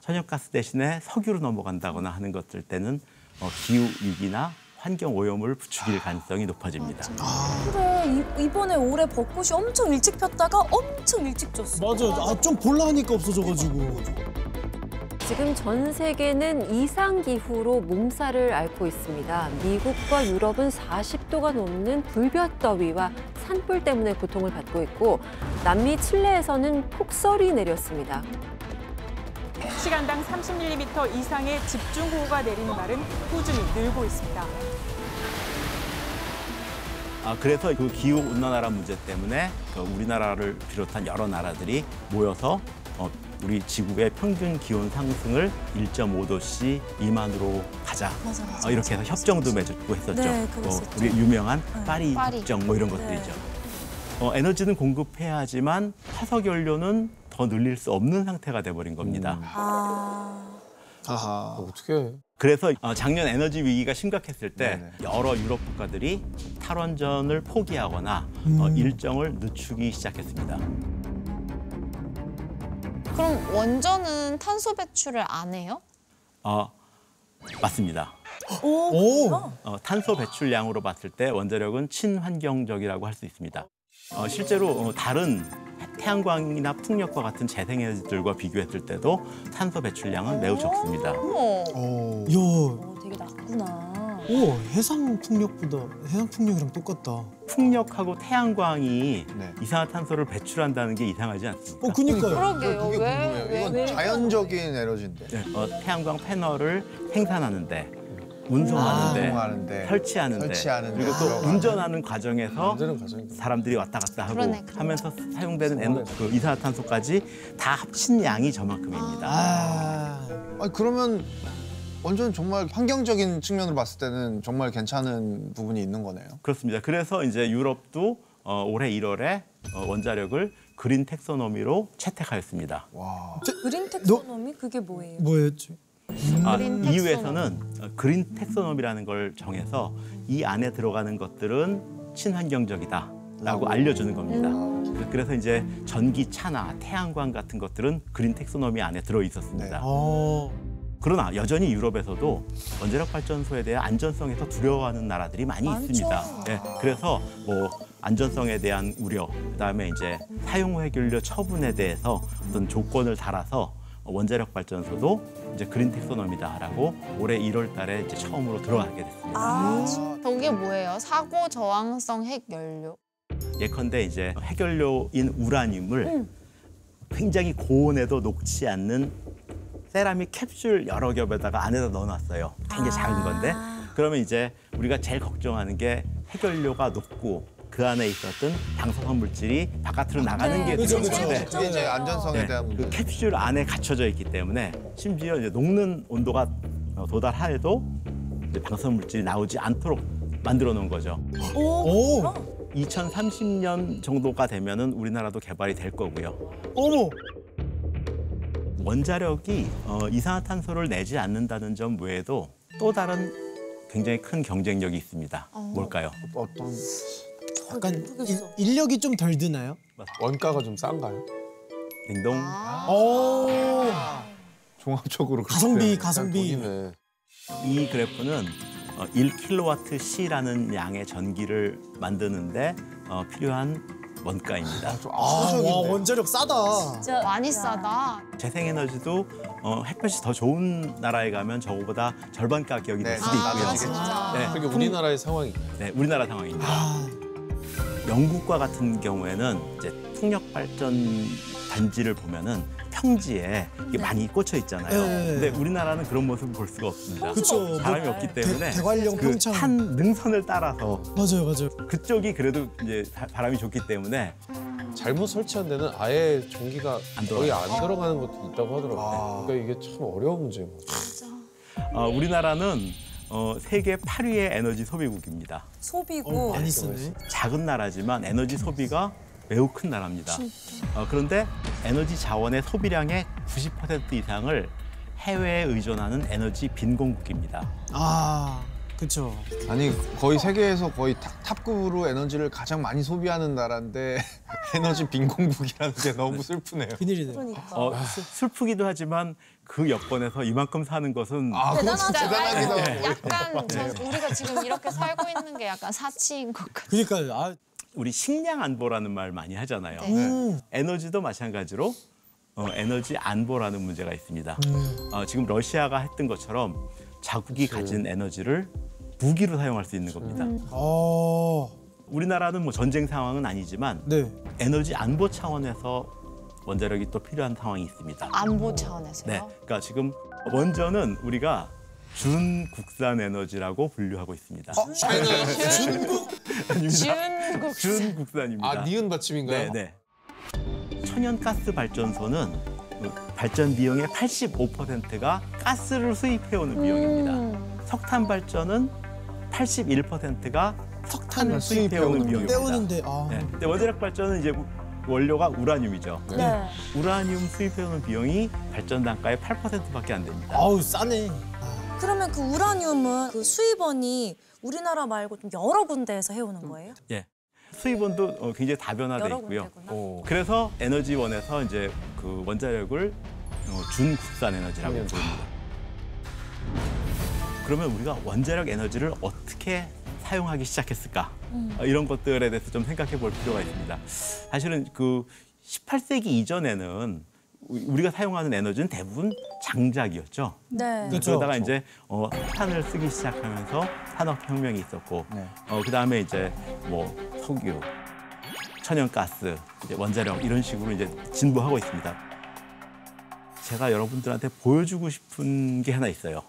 Speaker 1: 천연가스 대신에 석유로 넘어간다거나 하는 것들 때는 어, 기후 위기나 환경 오염을 부추길 가능성이 높아집니다.
Speaker 6: 그래 이- 이번에 올해 벚꽃이 엄청 일찍 폈다가 엄청 일찍 졌어.
Speaker 4: 맞아요. 아, 좀 볼라 하니까 없어져가지고.
Speaker 7: 지금 전 세계는 이상기후로 몸살을 앓고 있습니다. 미국과 유럽은 40도가 넘는 불볕더위와 산불 때문에 고통을 받고 있고 남미 칠레에서는 폭설이 내렸습니다.
Speaker 8: 시간당 30mm 이상의 집중호우가 내리는 날은 꾸준히 늘고 있습니다.
Speaker 1: 아, 그래서 그 기후 온난화라 문제 때문에 그 우리나라를 비롯한 여러 나라들이 모여서 어, 우리 지구의 평균 기온 상승을 1.5도씨 미만으로 가자.
Speaker 6: 맞아, 맞아,
Speaker 1: 어, 이렇게 해서
Speaker 6: 맞아,
Speaker 1: 협정도 맺고 했었죠.
Speaker 6: 네,
Speaker 1: 뭐,
Speaker 6: 그랬었죠. 네.
Speaker 1: 우리 유명한 파리,
Speaker 3: 파리.
Speaker 1: 협정 뭐 이런 것들이죠. 어, 에너지는 공급해야 하지만 화석 연료는 더 늘릴 수 없는 상태가 돼버린 겁니다.
Speaker 6: 아.
Speaker 5: 아하.
Speaker 2: 어떻게 해?
Speaker 1: 그래서 어, 작년 에너지 위기가 심각했을 때
Speaker 5: 네네.
Speaker 1: 여러 유럽 국가들이 탈원전을 포기하거나 어, 일정을 늦추기 시작했습니다.
Speaker 3: 그럼 원전은 탄소 배출을 안 해요?
Speaker 1: 어, 맞습니다.
Speaker 4: 오.
Speaker 1: 어, 탄소 배출량으로 봤을 때 원자력은 친환경적이라고 할 수 있습니다. 어, 실제로 어, 다른 태양광이나 풍력과 같은 재생에너지들과 비교했을 때도 탄소 배출량은 매우 적습니다.
Speaker 3: 어.
Speaker 5: 오.
Speaker 4: 야,
Speaker 6: 어, 되게 낮구나.
Speaker 4: 오 해상 풍력보다 해상 풍력이랑 똑같다. 어
Speaker 1: 풍력하고 태양광이
Speaker 5: 네.
Speaker 1: 이산화탄소를 배출한다는 게 이상하지 않습니까?
Speaker 4: 어, 그니까요.
Speaker 3: 그러게요.
Speaker 5: 그게
Speaker 3: 왜?
Speaker 5: 궁금해요.
Speaker 3: 왜?
Speaker 5: 이건 자연적인 에너지인데.
Speaker 1: 네, 어, 태양광 패널을 생산하는데 운송하는데
Speaker 5: 운송하는데,
Speaker 1: 설치하는데,
Speaker 5: 설치하는데,
Speaker 1: 그리고 또
Speaker 5: 들어가는데.
Speaker 1: 운전하는 과정에서
Speaker 2: 완전한 과정이다.
Speaker 1: 사람들이 왔다 갔다 하고
Speaker 3: 그러네, 그러네.
Speaker 1: 하면서 사용되는 에너, 그 이산화탄소까지 다 합친 양이 저만큼입니다.
Speaker 4: 아
Speaker 5: 아니 그러면 완전 정말 환경적인 측면으로 봤을 때는 정말 괜찮은 부분이 있는 거네요.
Speaker 1: 그렇습니다. 그래서 이제 유럽도 어, 올해 1월에 어, 원자력을 그린 텍소노미로 채택하였습니다.
Speaker 5: 와.
Speaker 6: 그린 텍소노미 그게 뭐예요?
Speaker 4: 뭐였지?
Speaker 1: 아,
Speaker 3: 그린
Speaker 1: EU에서는 어, 그린 텍소놈이라는 걸 정해서 이 안에 들어가는 것들은 친환경적이다라고
Speaker 3: 음.
Speaker 1: 알려주는 겁니다. 그래서 이제 전기차나 태양광 같은 것들은 그린 텍소놈이 안에 들어 있었습니다.
Speaker 4: 어
Speaker 1: 그러나 여전히 유럽에서도 원자력 발전소에 대해 안전성에서 두려워하는 나라들이 많이 있습니다. 예, 그래서 뭐 안전성에 대한 우려, 그다음에 이제 사용 해결료 처분에 대해서 어떤 조건을 달아서 원자력 발전소도 이제 그린 텍소놈이다라고 올해 1월달에 이제 처음으로 들어가게 됐습니다.
Speaker 6: 아
Speaker 3: 저게 뭐예요? 사고 저항성 핵 연료.
Speaker 1: 예컨대 이제 해결료인 우라늄을
Speaker 4: 음.
Speaker 1: 굉장히 고온에도 녹지 않는 세라믹 캡슐 여러 겹에다가 안에다 넣어놨어요.
Speaker 4: 아.
Speaker 1: 굉장히 작은 건데 그러면 이제 우리가 제일 걱정하는 게 해결료가 녹고 그 안에 있었던 방사선 물질이 바깥으로 나가는 게
Speaker 4: 네. 그쵸, 그쵸.
Speaker 1: 두려운데
Speaker 5: 그게 이제 안전성에
Speaker 1: 네,
Speaker 5: 대한
Speaker 1: 그
Speaker 5: 문제.
Speaker 1: 캡슐 안에 갇혀져 있기 때문에 심지어 이제 녹는 온도가 어, 도달하여도 이제 방사선 물질이 나오지 않도록 만들어 놓은 거죠.
Speaker 4: 오
Speaker 1: 2030년 정도가 되면은 우리나라도 개발이 될 거고요.
Speaker 4: 어머
Speaker 1: 원자력이 어, 이산화탄소를 내지 않는다는 점 외에도 또 다른 굉장히 큰 경쟁력이 있습니다.
Speaker 3: 어.
Speaker 1: 뭘까요?
Speaker 5: 어떤
Speaker 4: 약간 인- 인력이 좀 덜 드나요?
Speaker 2: 원가가 좀 싼가요?
Speaker 1: 냉동
Speaker 4: 오
Speaker 5: 종합적으로 그렇게
Speaker 4: 어. 가성비
Speaker 5: 되면
Speaker 4: 가성비.
Speaker 2: 돈이네.
Speaker 1: 이 그래프는 어, 1kWh라는 양의 전기를 만드는데 어, 필요한 원가입니다.
Speaker 5: 좀
Speaker 4: 아와
Speaker 5: 압도적인데.
Speaker 4: 원자력 싸다.
Speaker 6: 진짜
Speaker 3: 많이 싸다.
Speaker 1: 재생에너지도 어, 햇볕이 더 좋은 나라에 가면 저거보다 절반 가격이
Speaker 5: 네,
Speaker 1: 될 수도 있고요.
Speaker 3: 아, 진짜.
Speaker 1: 네,
Speaker 2: 그게 그러니까 우리나라의 상황이.
Speaker 1: 네, 우리나라 상황입니다.
Speaker 4: 아
Speaker 1: 영국과 같은 경우에는 이제 풍력 발전 단지를 보면은 평지에 이게 많이 꽂혀 있잖아요.
Speaker 4: 네.
Speaker 1: 근데 우리나라는 그런 모습을 볼 수가 없습니다.
Speaker 4: 그쵸.
Speaker 1: 바람이 없기 때문에
Speaker 4: 대- 대관령 평창.
Speaker 1: 그산 능선을 따라서
Speaker 4: 맞아요 맞아요.
Speaker 1: 그쪽이 그래도 이제 바- 바람이 좋기 때문에
Speaker 2: 잘못 설치한 데는 아예 전기가
Speaker 1: 안
Speaker 2: 거의 안 들어가는 것도 있다고 하더라고요.
Speaker 5: 아.
Speaker 2: 그러니까 이게 참 어려운 문제인 것 같아요.
Speaker 1: 어, 우리나라는 어, 세계 8위의 에너지 소비국입니다.
Speaker 4: 어,
Speaker 6: 소비고
Speaker 4: 많이 쓰네.
Speaker 1: 작은 나라지만 에너지 소비가 매우 큰 나라입니다. 어, 그런데 에너지 자원의 소비량의 90% 이상을 해외에 의존하는 에너지 빈곤국입니다.
Speaker 4: 아 그쵸.
Speaker 5: 아니 거의 세계에서 거의 탑, 탑급으로 에너지를 가장 많이 소비하는 나라인데 *laughs* 에너지 빈곤국이라는 게 너무 슬프네요.
Speaker 4: 큰일이네.
Speaker 6: 그러니까
Speaker 1: 어, 슬- 슬프기도 하지만 그 여건에서 이만큼 사는 것은
Speaker 5: 아, 그건
Speaker 6: 대단하다.
Speaker 5: 진짜 대단하기도 하고. 네.
Speaker 3: 약간 저 우리가 지금 이렇게 살고 있는 게 약간 사치인 것 같아요.
Speaker 4: 그러니까요. 아,
Speaker 1: 우리 식량 안보라는 말 많이 하잖아요.
Speaker 4: 음.
Speaker 1: 에너지도 마찬가지로 어, 에너지 안보라는 문제가 있습니다. 어, 지금 러시아가 했던 것처럼 자국이 가진 에너지를 무기로 사용할 수 있는 겁니다.
Speaker 4: 어,
Speaker 1: 우리나라는 뭐 전쟁 상황은 아니지만
Speaker 4: 네.
Speaker 1: 에너지 안보 차원에서 원자력이 또 필요한 상황이 있습니다.
Speaker 3: 안보 차원에서요.
Speaker 1: 네, 그러니까 지금 원전은 우리가 준국산 에너지라고 분류하고 있습니다.
Speaker 2: 어?
Speaker 1: *laughs*
Speaker 3: 중국
Speaker 1: 준국산입니다.
Speaker 2: 아, 니은
Speaker 1: 네,
Speaker 2: 받침인가요?
Speaker 1: 네. 천연가스 발전소는 그 발전 비용의 85%가 가스를 수입해오는 비용입니다. 석탄 발전은 81%가 석탄을
Speaker 5: 석탄을
Speaker 1: 수입해오는
Speaker 5: 수입해오는
Speaker 1: 비용입니다.
Speaker 4: 떼우는데 아,
Speaker 1: 네. 근데 원자력 발전은 이제 원료가 우라늄이죠.
Speaker 6: 네.
Speaker 1: 우라늄 수입해오는 비용이 발전 단가의 8%밖에 안 됩니다.
Speaker 4: 아우 싸네.
Speaker 6: 그러면 그 우라늄은 그 수입원이 우리나라 말고 좀 여러 군데에서
Speaker 4: 음.
Speaker 6: 해오는 거예요?
Speaker 1: 예. 수입원도 어, 굉장히 다변화돼
Speaker 6: 여러
Speaker 1: 있고요.
Speaker 6: 군데구나.
Speaker 1: 그래서 에너지원에서 이제 그 원자력을 어, 준국산 에너지라고 부릅니다. 그러면 우리가 원자력 에너지를 어떻게 사용하기 시작했을까?
Speaker 6: 음.
Speaker 1: 어, 이런 것들에 대해서 좀 생각해 볼 필요가 있습니다. 사실은 그 18세기 이전에는 우- 우리가 사용하는 에너지는 대부분 장작이었죠.
Speaker 6: 네.
Speaker 4: 그렇죠.
Speaker 1: 그러다가 이제 어, 탄을 쓰기 시작하면서 산업혁명이 있었고,
Speaker 5: 네.
Speaker 1: 어, 그 다음에 이제 뭐 석유, 천연가스, 이제 원자력 이런 식으로 이제 진보하고 있습니다. 제가 여러분들한테 보여주고 싶은 게 하나 있어요.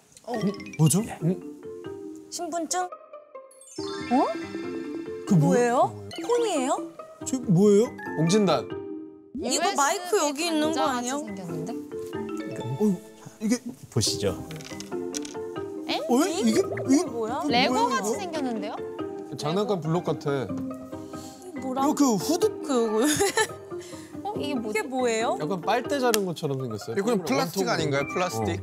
Speaker 4: 뭐죠? 어,
Speaker 1: 네.
Speaker 6: 신분증?
Speaker 4: 그 뭐-
Speaker 6: 뭐예요? 폰이에요?
Speaker 4: 저 뭐예요?
Speaker 2: 옹진단.
Speaker 5: 네.
Speaker 6: 이거 마이크 여기 있는 거 어, 아니에요?
Speaker 3: 생겼는데?
Speaker 1: 보시죠.
Speaker 4: 어? 이게 그 이게
Speaker 6: 뭐야?
Speaker 3: 레고 같이 생겼는데요?
Speaker 2: 장난감 블록 같아.
Speaker 6: 뭐라고?
Speaker 4: 이거 그 후드
Speaker 6: 그
Speaker 3: 어 이게 뭐지?
Speaker 6: 이게 뭐예요?
Speaker 2: 약간 빨대 자른 것처럼 생겼어요.
Speaker 5: 이거 그냥 플라스틱
Speaker 2: 원통으로.
Speaker 5: 아닌가요? 플라스틱?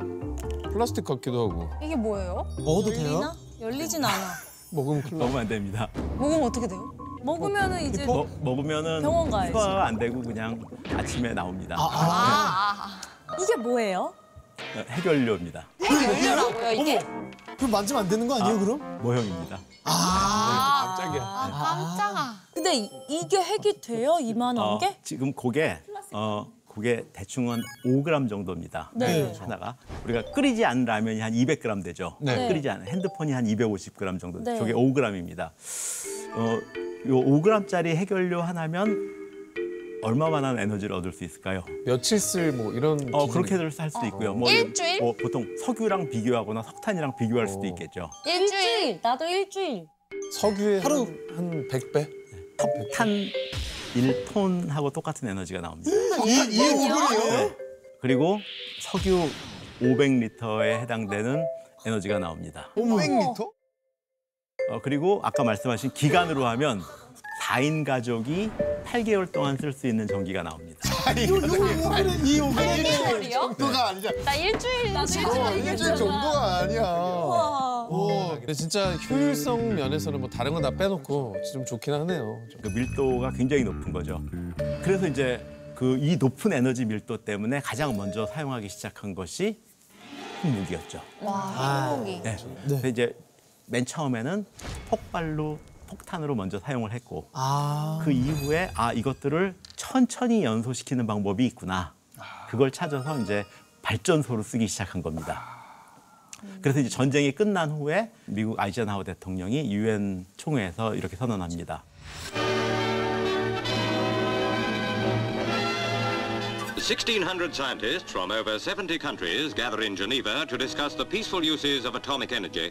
Speaker 2: 플라스틱 같기도 하고.
Speaker 6: 이게 뭐예요?
Speaker 4: 먹어도 돼요?
Speaker 6: 열리나? 열리진 않아.
Speaker 2: 먹으면 큰일 나.
Speaker 1: 먹으면 안 됩니다.
Speaker 6: 먹으면 어떻게 돼요? 먹으면은 이제
Speaker 4: 어?
Speaker 1: 먹, 먹으면은
Speaker 6: 병원 가야지.
Speaker 1: 소화가 안 되고 그냥 아침에 나옵니다.
Speaker 6: 이게 뭐예요?
Speaker 1: 어, 해결료입니다.
Speaker 3: 열려라고요 이게?
Speaker 4: 그럼 만지면 안 되는 거 아니에요 그럼?
Speaker 1: 모형입니다.
Speaker 2: 깜짝이야.
Speaker 3: 아 깜짝아.
Speaker 6: 근데 이- 이게 핵이 돼요? 이만한
Speaker 4: 아.
Speaker 1: 어,
Speaker 6: 게?
Speaker 1: 지금 고게 어 고게 대충 한 5g 정도입니다.
Speaker 6: 네.
Speaker 1: 하나가 우리가 끓이지 않은 라면이 한 200g 되죠.
Speaker 5: 네.
Speaker 1: 끓이지 않은 핸드폰이 한 250g 정도.
Speaker 6: 네.
Speaker 1: 저게 5g입니다. 어, 요 5g짜리 해결료 하나면 얼마만한 에너지를 얻을 수 있을까요?
Speaker 2: 며칠 쓸 뭐 이런.
Speaker 1: 어
Speaker 2: 기준이-
Speaker 1: 그렇게들 살 수도 있고요. 뭐
Speaker 3: 일주일?
Speaker 1: 뭐 보통 석유랑 비교하거나 석탄이랑 비교할 수도
Speaker 2: 어.
Speaker 1: 있겠죠.
Speaker 3: 일주일.
Speaker 6: 나도 일주일.
Speaker 2: 석유의
Speaker 4: 하루.
Speaker 2: 한 100배?
Speaker 1: 석탄 1톤하고 똑같은 에너지가 나옵니다.
Speaker 5: 이게 오글이에요?
Speaker 1: 네. 그리고 석유 500리터에 해당되는 에너지가 나옵니다.
Speaker 5: 아, 500리터?
Speaker 1: 어, 그리고 아까 말씀하신 기간으로 하면 4인 가족이 8개월 동안 쓸 수 있는 전기가 나옵니다.
Speaker 4: 이 오븐에
Speaker 5: 정도가 아니야.
Speaker 3: 나 일주일 나도 일주일.
Speaker 5: 일주일 정도가 아니야.
Speaker 6: 와.
Speaker 2: 오. 근데 진짜 효율성 면에서는 뭐 다른 건 다 빼놓고 좀 좋긴 하네요. 좀.
Speaker 1: 그 밀도가 굉장히 높은 거죠. 그래서 이제 그 이 높은 에너지 밀도 때문에 가장 먼저 사용하기 시작한 것이 핵무기였죠.
Speaker 3: 와 행복이.
Speaker 1: 네. 근데 이제 맨 처음에는 폭발로 폭탄으로 먼저 사용을 했고
Speaker 4: 아
Speaker 1: 그 이후에 아 이것들을 천천히 연소시키는 방법이 있구나. 그걸 찾아서 이제 발전소로 쓰기 시작한 겁니다. 그래서 이제 전쟁이 끝난 후에 미국 아이젠하워 대통령이 유엔 총회에서 이렇게 선언합니다.
Speaker 9: The 1,600 scientists from over 70 countries gather in Geneva to discuss the peaceful uses of atomic energy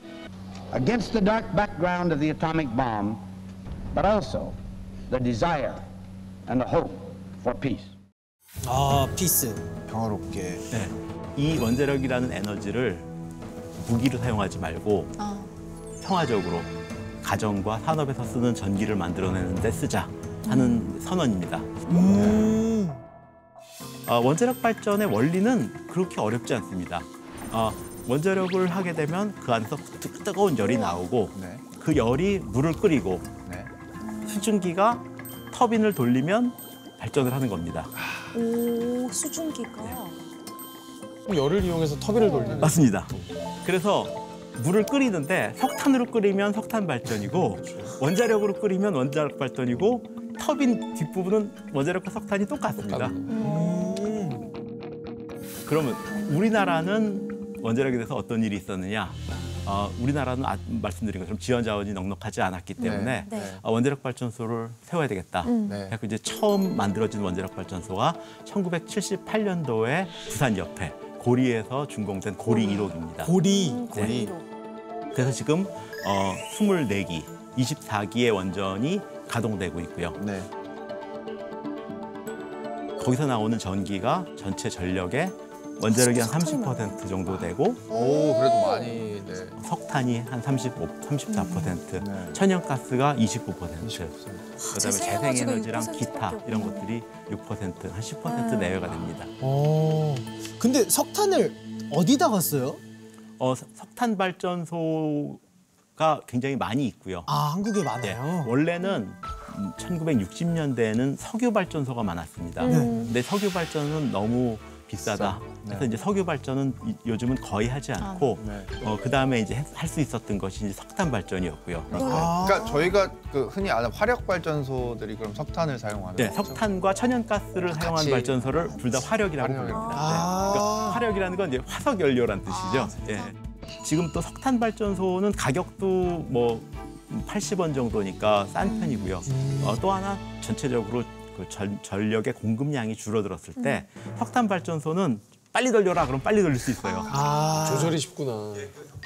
Speaker 10: against the dark background of the atomic bomb, but also the desire and the hope for peace.
Speaker 4: 아, 피스.
Speaker 5: 평화롭게.
Speaker 1: 네. 이 원자력이라는 에너지를 무기로 사용하지 말고 평화적으로 가정과 산업에서 쓰는 전기를 만들어내는데 쓰자 하는 선언입니다.
Speaker 4: 음.
Speaker 1: 네. 아, 원자력 발전의 원리는 그렇게 어렵지 않습니다. 아, 원자력을 하게 되면 그 안에서 뜨- 뜨거운 열이 나오고
Speaker 5: 네.
Speaker 1: 그 열이 물을 끓이고
Speaker 5: 네.
Speaker 1: 수증기가 터빈을 돌리면 발전을 하는 겁니다.
Speaker 6: 오, 수증기가.
Speaker 2: 그럼 열을 이용해서 터빈을 돌리는.
Speaker 5: 아.
Speaker 1: 맞습니다. 음. 그래서 물을 끓이는데 석탄으로 끓이면 석탄 발전이고 원자력으로 끓이면 원자력 발전이고 터빈 뒷부분은 원자력과 석탄이 똑같습니다. 음. 그러면 우리나라는 원자력에 대해서 어떤 일이 있었느냐? 어, 우리나라는 아, 말씀드린 것처럼 지원 자원이 넉넉하지 않았기 때문에
Speaker 6: 네. 음.
Speaker 1: 어, 원자력 발전소를 세워야 되겠다.
Speaker 5: 네.
Speaker 1: 그래서 이제 처음 만들어진 원자력 발전소가 1978년도에 부산 옆에 고리에서 준공된 고리 1호입니다. 네.
Speaker 4: 고리.
Speaker 6: 음. 고리로.
Speaker 1: 그래서 지금 어, 24기, 24기의 원전이 가동되고 있고요.
Speaker 5: 네.
Speaker 1: 거기서 나오는 전기가 전체 전력의 원자력이
Speaker 6: 아,
Speaker 1: 한 30% 정도 되고
Speaker 5: 오, 그래도 많이. 네.
Speaker 1: 석탄이 한 35, 34%,
Speaker 6: 음.
Speaker 5: 네.
Speaker 1: 천연가스가 29%, 그다음에
Speaker 6: 재생 에너지가
Speaker 1: 재생에너지랑
Speaker 6: 6%
Speaker 1: 기타
Speaker 6: 밖에 음.
Speaker 1: 이런
Speaker 6: 없구나.
Speaker 1: 것들이 6%, 한 10% 내외가 됩니다.
Speaker 4: 어. 근데 석탄을 어디다 갔어요?
Speaker 1: 어, 석- 석탄 발전소가 굉장히 많이 있고요.
Speaker 4: 아, 한국에
Speaker 1: 네,
Speaker 4: 많아요.
Speaker 1: 원래는 음, 1960년대에는 석유 발전소가 많았습니다. 근데 석유 발전은 너무 음. 네. 비싸다.
Speaker 5: 네.
Speaker 1: 그래서 이제 석유 발전은 이- 요즘은 거의 하지 않고
Speaker 5: 네.
Speaker 1: 그 다음에 이제 할 수 있었던 것이 이제 석탄 발전이었고요.
Speaker 5: 그러니까 저희가 그 흔히 아는 화력 발전소들이 그럼 석탄을 사용하는
Speaker 1: 네,
Speaker 5: 거죠?
Speaker 1: 석탄과 천연가스를 사용한
Speaker 5: 같이.
Speaker 1: 발전소를 둘 다 아, 화력이라고 부릅니다.
Speaker 4: 아.
Speaker 1: 네. 그러니까 화력이라는 건 이제 화석 연료란
Speaker 2: 아,
Speaker 1: 뜻이죠. 예. 지금 또 석탄 발전소는 가격도 뭐 80원 정도니까
Speaker 2: 음.
Speaker 1: 싼 편이고요. 어, 또 하나 전체적으로 그 전, 전력의 공급량이 줄어들었을 때
Speaker 2: 음.
Speaker 1: 석탄 발전소는 빨리 돌려라 그럼 빨리 돌릴 수 있어요.
Speaker 2: 아,
Speaker 4: 아.
Speaker 2: 조절이 쉽구나.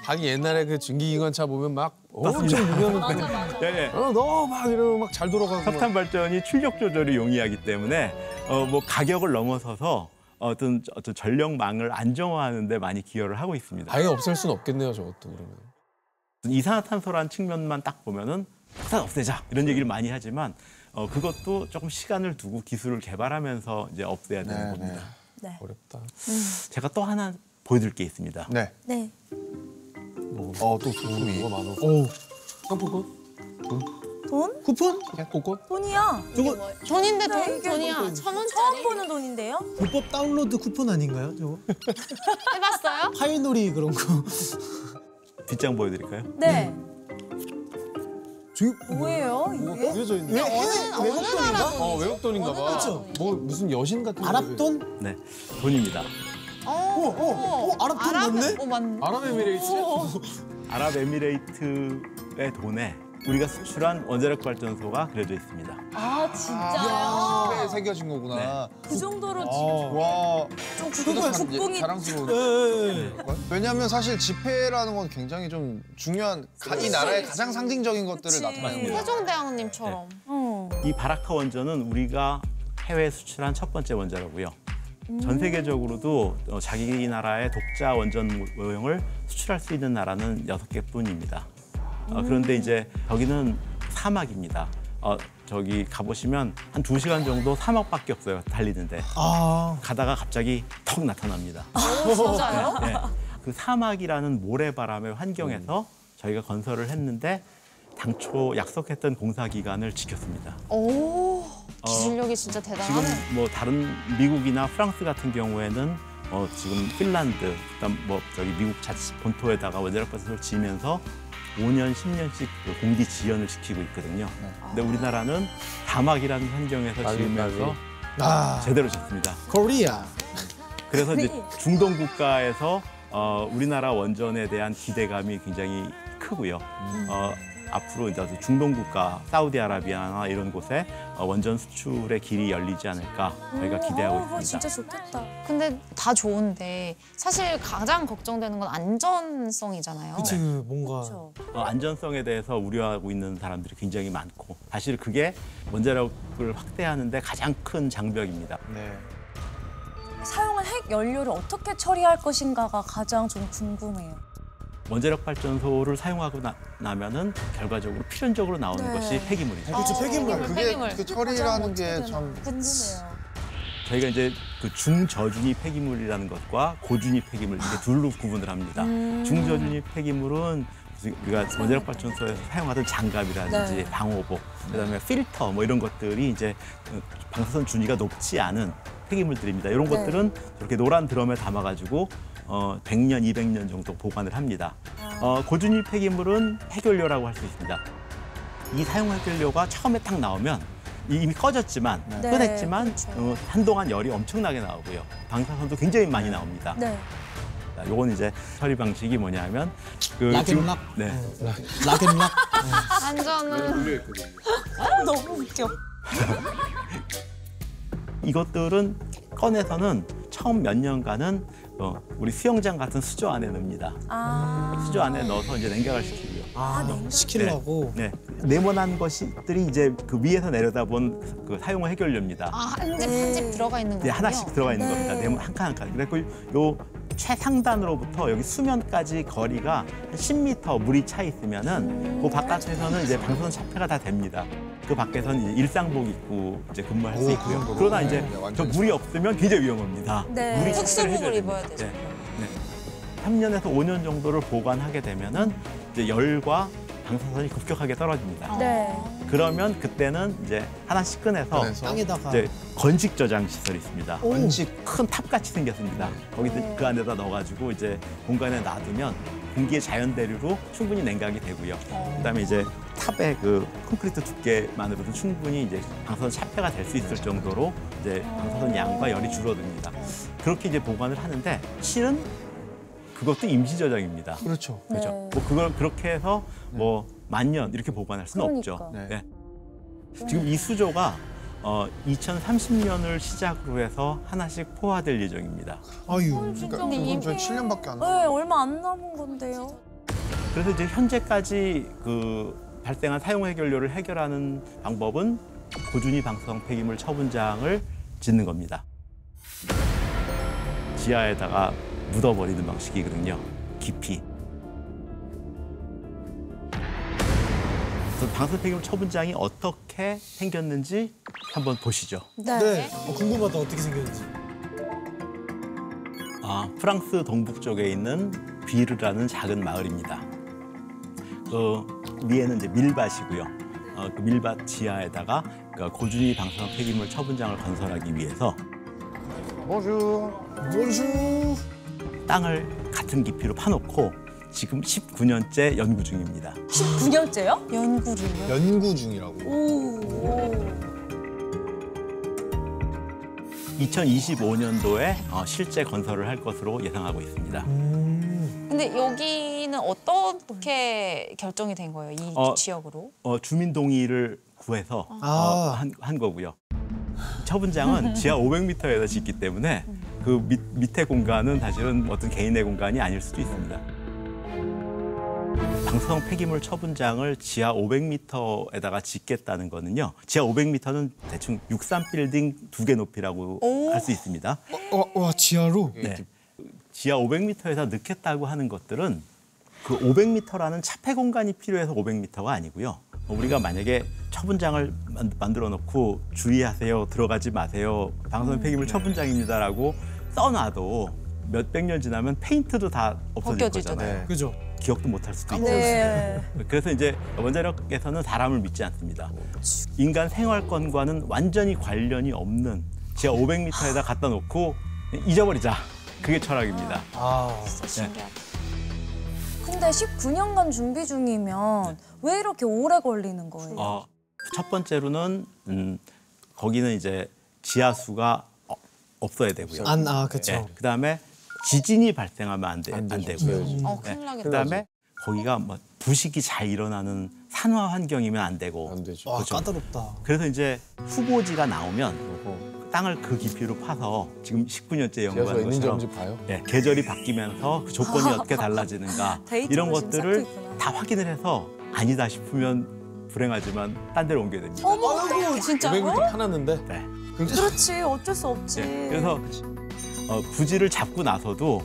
Speaker 2: 자기 옛날에 그 증기기관차 보면 막 엄청
Speaker 1: 맞습니다.
Speaker 2: 무거운
Speaker 1: 맞아, 맞아. 네, 네.
Speaker 2: 너막 이러면 막 잘 돌아가고 막.
Speaker 1: 석탄 발전이 출력 조절이 용이하기 때문에 어, 뭐 가격을 넘어서서 어떤 어떤 전력망을 안정화하는 데 많이 기여를 하고 있습니다.
Speaker 2: 아예 없앨 수는 없겠네요, 저것도 그러면.
Speaker 1: 이산화탄소라는 측면만 딱 보면은 폭탄 없애자 이런 얘기를 많이 하지만 어, 그것도 조금 시간을 두고 기술을 개발하면서 이제 없애야 되는
Speaker 5: 네,
Speaker 1: 겁니다.
Speaker 6: 네.
Speaker 2: 어렵다.
Speaker 1: 제가 또 하나 보여드릴 게 있습니다.
Speaker 5: 네.
Speaker 6: 네.
Speaker 5: 어또 소품이.
Speaker 2: 뭐. 뭐가 많아.
Speaker 4: 오,
Speaker 2: 상품권?
Speaker 6: 돈?
Speaker 4: 쿠폰?
Speaker 2: 복권?
Speaker 6: 돈이야.
Speaker 4: 저거
Speaker 3: 돈인데
Speaker 6: 네,
Speaker 3: 돈,
Speaker 6: 이게
Speaker 3: 돈이야.
Speaker 6: 무슨
Speaker 3: 천
Speaker 6: 처음
Speaker 3: 원짜리.
Speaker 6: 보는 돈인데요?
Speaker 4: 불법 다운로드 쿠폰 아닌가요? 저거
Speaker 3: 해봤어요?
Speaker 4: 파이놀이 그런 거.
Speaker 1: 네. 뒷장 보여드릴까요?
Speaker 6: 네.
Speaker 4: 저기
Speaker 6: 뭐예요?
Speaker 5: 어?
Speaker 6: 이게?
Speaker 2: 그려져 있는
Speaker 4: 왜
Speaker 2: 거.
Speaker 4: 해외
Speaker 3: 어느
Speaker 4: 외국 돈인가?
Speaker 5: 아,
Speaker 3: 나라
Speaker 2: 어, 외국 돈인가 봐.
Speaker 4: 그렇죠.
Speaker 2: 뭐 무슨 여신 같은
Speaker 4: 아랍 돈?
Speaker 1: 네, 돈입니다.
Speaker 3: 어,
Speaker 4: 어, 어, 어, 아랍 돈 맞네?
Speaker 3: 어, 맞네.
Speaker 2: 아랍에미레이트?
Speaker 1: 아랍에미레이트의 돈에 우리가 수출한 원자력 발전소가 그려져 있습니다.
Speaker 6: 아 진짜요?
Speaker 5: 아, 실내에 새겨진 거구나. 어.
Speaker 6: 그 정도로
Speaker 5: 아. 와,
Speaker 6: 지금 좀 그거
Speaker 5: 참
Speaker 6: 국뽕이
Speaker 5: 어, 자랑스러운.
Speaker 4: 예, 예, 예.
Speaker 5: 걸? 왜냐하면 사실 지폐라는 건 굉장히 좀 중요한 가- 이 나라의 가장 상징적인 것들을
Speaker 6: 그치.
Speaker 5: 나타내는
Speaker 1: 네.
Speaker 5: 거예요.
Speaker 3: 세종대왕님처럼.
Speaker 6: 어.
Speaker 1: 이 바라카 원전은 우리가 해외 수출한 첫 번째 원자로고요. 전 세계적으로도 어, 자기 나라의 독자 원전 모형을 수출할 수 있는 나라는 여섯 개뿐입니다.
Speaker 3: 음.
Speaker 1: 어, 그런데 이제 여기는 사막입니다. 어, 저기 가보시면 한 두 시간 정도 사막밖에 없어요 달리는데
Speaker 4: 아,
Speaker 1: 가다가 갑자기 턱 나타납니다.
Speaker 3: 아, 진짜요?
Speaker 1: 네. 그 사막이라는 모래바람의 환경에서 저희가 건설을 했는데 당초 약속했던 공사 기간을 지켰습니다.
Speaker 3: 오, 기술력이 진짜
Speaker 1: 지금
Speaker 3: 대단하네.
Speaker 1: 뭐 다른 미국이나 프랑스 같은 경우에는 어, 지금 핀란드, 그다음 뭐 저기 미국 자치 본토에다가 원자력 발전소를 지으면서 5년, 10년씩 그 공기 지연을 시키고 있거든요. 근데 우리나라는 다막이라는 환경에서
Speaker 2: 빨리,
Speaker 1: 지으면서
Speaker 4: 아,
Speaker 1: 제대로 짓습니다.
Speaker 4: 코리아.
Speaker 1: 그래서
Speaker 6: *laughs*
Speaker 1: 이제
Speaker 6: 네.
Speaker 1: 중동 국가에서 어, 우리나라 원전에 대한 기대감이 굉장히 크고요.
Speaker 6: 음.
Speaker 1: 어, 앞으로 이제 아주 중동 국가, 사우디아라비아나 이런 곳에 어, 원전 수출의 길이 열리지 않을까 저희가 기대하고
Speaker 6: 어, 그거
Speaker 1: 있습니다.
Speaker 6: 진짜 좋겠다.
Speaker 3: 근데 다 좋은데 사실 가장 걱정되는 건 안전성이잖아요.
Speaker 1: 네.
Speaker 4: 그치, 그 뭔가.
Speaker 6: 그렇죠.
Speaker 1: 어, 안전성에 대해서 우려하고 있는 사람들이 굉장히 많고 사실 그게 원자력을 확대하는데 가장 큰 장벽입니다.
Speaker 5: 네.
Speaker 6: 사용한 핵 연료를 어떻게 처리할 것인가가 가장 좀 궁금해요.
Speaker 1: 원자력 발전소를 사용하고 나, 면은 결과적으로 필연적으로 나오는
Speaker 6: 네.
Speaker 1: 것이 폐기물입니다.
Speaker 4: 그렇죠,
Speaker 5: 그러니까
Speaker 4: 폐기물.
Speaker 5: 그게
Speaker 3: 폐기물.
Speaker 5: 그
Speaker 6: 가장
Speaker 5: 처리라는
Speaker 6: 어떻게
Speaker 5: 게
Speaker 6: 되나
Speaker 5: 참
Speaker 6: 궁금해요.
Speaker 1: 저희가 이제 그 중저준위 폐기물이라는 것과 고준위 폐기물 이렇게 둘로 구분을 합니다.
Speaker 6: 음.
Speaker 1: 중저준위 폐기물은 무슨 우리가 원자력 발전소에서 사용하던 장갑이라든지
Speaker 6: 네.
Speaker 1: 방호복, 그다음에 필터 뭐 이런 것들이 이제 그 방사선 준위가 높지 않은 폐기물들입니다. 이런
Speaker 6: 네.
Speaker 1: 것들은 저렇게 노란 드럼에 담아가지고 어, 100년, 200년 정도 보관을 합니다.
Speaker 6: 아.
Speaker 1: 어, 고준위 폐기물은 해결료라고 할 수 있습니다. 이 사용 해결료가 처음에 딱 나오면 이미 꺼졌지만
Speaker 6: 네.
Speaker 1: 꺼냈지만
Speaker 6: 네, 그렇죠.
Speaker 1: 어, 한동안 열이 엄청나게 나오고요. 방사선도 굉장히 많이 나옵니다.
Speaker 6: 네.
Speaker 1: 요건 이제 처리 방식이 뭐냐면 그
Speaker 4: 락앤
Speaker 1: 지금-
Speaker 4: 락.
Speaker 1: 네.
Speaker 4: 락앤락.
Speaker 3: 안전은
Speaker 6: 너무 웃겨.
Speaker 1: 이것들은 꺼내서는 처음 몇 년간은 어, 우리 수영장 같은 수조 안에 넣습니다.
Speaker 6: 아,
Speaker 1: 수조 안에 넣어서 이제 냉각을 시키고요.
Speaker 4: 아, 시키려고.
Speaker 1: 네. 네모난 것들이 이제 그 위에서 내려다본 그 사용 해결료입니다.
Speaker 3: 아, 한집 한집 들어가 있는
Speaker 1: 음. 이제
Speaker 3: 거군요.
Speaker 1: 하나씩 들어가 있는
Speaker 6: 네.
Speaker 1: 겁니다. 네모 한칸 한 칸. 그래서 요 최상단으로부터 여기 수면까지 거리가 한 10m 물이 차
Speaker 6: 음.
Speaker 1: 있으면은 그 바깥에서는 이제 방사선 차폐가 다 됩니다. 그 밖에서는 이제 일상복 입고 이제 근무할 수 있고요.
Speaker 5: 그런 거로.
Speaker 1: 그러나 이제
Speaker 5: 네,
Speaker 1: 저
Speaker 5: 완전히
Speaker 1: 물이 없으면 굉장히 위험합니다.
Speaker 6: 네.
Speaker 1: 물이 차폐를
Speaker 6: 특수복을
Speaker 1: 해줘야
Speaker 6: 입어야
Speaker 1: 됩니다.
Speaker 6: 되죠.
Speaker 1: 네. 3년에서 5년 정도를 보관하게 되면은 이제 열과 방사선이 급격하게 떨어집니다.
Speaker 11: 네.
Speaker 1: 그러면 그때는 이제 하나씩 꺼내서
Speaker 5: 꺼내서 땅에다가.
Speaker 1: 이제 건식 저장 시설이 있습니다.
Speaker 5: 오.
Speaker 1: 건식 큰 탑같이 생겼습니다. 거기 그 안에다 넣어가지고 이제 공간에 놔두면 공기의 자연 대류로 충분히 냉각이 되고요. 그다음에 이제 탑의 그 콘크리트 두께만으로도 충분히 이제 방사선 차폐가 될 수 있을 정도로 이제 방사선 양과 열이 줄어듭니다. 그렇게 이제 보관을 하는데 실은 그것도 임시 저장입니다.
Speaker 5: 그렇죠.
Speaker 1: 그렇죠.
Speaker 6: 네.
Speaker 1: 뭐 그걸 그렇게 해서 뭐 만년 이렇게 보관할 수는 없죠.
Speaker 5: 그러니까.
Speaker 1: 네. 지금 이 수조가 어, 2030년을 시작으로 해서 하나씩 포화될 예정입니다.
Speaker 5: 아유. 그러니까 그건 저 7년밖에 안
Speaker 6: 네, 얼마 안 남은 건데요.
Speaker 1: 그래서 이제 현재까지 그 발생한 사용 해결료를 해결하는 방법은 고준위 방사성 폐기물 처분장을 짓는 겁니다. 지하에다가 묻어버리는 방식이거든요. 깊이. 그래서 방사성 폐기물 처분장이 어떻게 생겼는지 한번 보시죠.
Speaker 4: 네. 어, 궁금하다 어떻게 생겼는지.
Speaker 1: 네. 아, 프랑스 동북 쪽에 있는 비르라는 작은 마을입니다. 그 위에는 이제 밀밭이고요. 어, 그 밀밭 지하에다가 그 고준위 방사성 폐기물 처분장을 건설하기 위해서
Speaker 10: Bonjour.
Speaker 1: Bonjour. 땅을 같은 깊이로 파놓고 지금 19년째 연구 중입니다.
Speaker 6: 19년째요? 연구 중이요?
Speaker 5: 연구 중이라고.
Speaker 6: 오.
Speaker 1: 2025년도에 어, 실제 건설을 할 것으로 예상하고 있습니다.
Speaker 3: 근데 여기는 어떻게 결정이 된 거예요? 이
Speaker 1: 어,
Speaker 3: 지역으로?
Speaker 1: 어, 주민 동의를 구해서 어, 한, 한 거고요.
Speaker 3: *laughs*
Speaker 1: 처분장은 지하 500m에서 짓기 때문에 그 밑, 밑에 공간은 사실은 어떤 개인의 공간이 아닐 수도 있습니다. 방사성 폐기물 처분장을 지하 500m에다가 짓겠다는 거는요. 지하 500m는 대충 63빌딩 두 개 높이라고
Speaker 4: 오.
Speaker 1: 할 수 있습니다.
Speaker 4: 와,
Speaker 5: 어,
Speaker 4: 와 지하로.
Speaker 1: 네. 지하 500m에서 넣겠다고 하는 것들은 그 500m라는 차폐 공간이 필요해서 500m가 아니고요. 우리가 만약에 처분장을 만- 만들어 놓고 주의하세요, 들어가지 마세요,
Speaker 4: 음,
Speaker 1: 방사선 폐기물
Speaker 4: 네.
Speaker 1: 처분장입니다라고 써놔도 몇백 년 지나면 페인트도 다 없어질
Speaker 4: 벗겨지죠.
Speaker 1: 거잖아요.
Speaker 4: 네. 아, 그죠.
Speaker 1: 기억도 못 할 수도 있고.
Speaker 6: 네.
Speaker 1: 그래서 이제 원자력에서는 사람을 믿지 않습니다. 인간 생활권과는 완전히 관련이 없는 지하 500m에다 갖다 놓고 잊어버리자. 그게 철학입니다.
Speaker 4: 아,
Speaker 6: 네. 근데 19년간 준비 중이면 왜 이렇게 오래 걸리는 거예요?
Speaker 1: 어, 첫 번째로는 음, 거기는 이제 지하수가 어- 없어야 되고요. 예,
Speaker 4: 안- 아, 그쵸.
Speaker 1: 네. 그다음에 지진이 발생하면 안, 돼, 그렇죠. 안, 되고요.
Speaker 4: 음. 어, 큰일
Speaker 1: 네,
Speaker 4: 나겠다.
Speaker 1: 그다음에 거기가 뭐 부식이 잘 일어나는 산화 환경이면 안 되고. 그렇죠. 안 되죠.
Speaker 4: 와 까다롭다.
Speaker 1: 그래서 이제 후보지가 나오면 땅을 그 깊이로 파서 지금 19년째 연구하는
Speaker 2: 있는지
Speaker 1: 것처럼
Speaker 2: 없는지 봐요?
Speaker 1: 예, 계절이 바뀌면서 그 조건이
Speaker 2: *laughs* 아.
Speaker 1: 어떻게 달라지는가
Speaker 2: 데이터를
Speaker 1: 이런
Speaker 2: 지금
Speaker 1: 것들을
Speaker 2: 쌓고
Speaker 1: 다 확인을 해서 아니다 싶으면 불행하지만 딴 데로 옮겨야 됩니다.
Speaker 6: 어머, 어떡해, 진짜요?
Speaker 2: 500m 파놨는데.
Speaker 1: 네.
Speaker 6: 그렇지, 어쩔 수 없지.
Speaker 2: 네.
Speaker 1: 예, 그래서 어, 부지를 잡고 나서도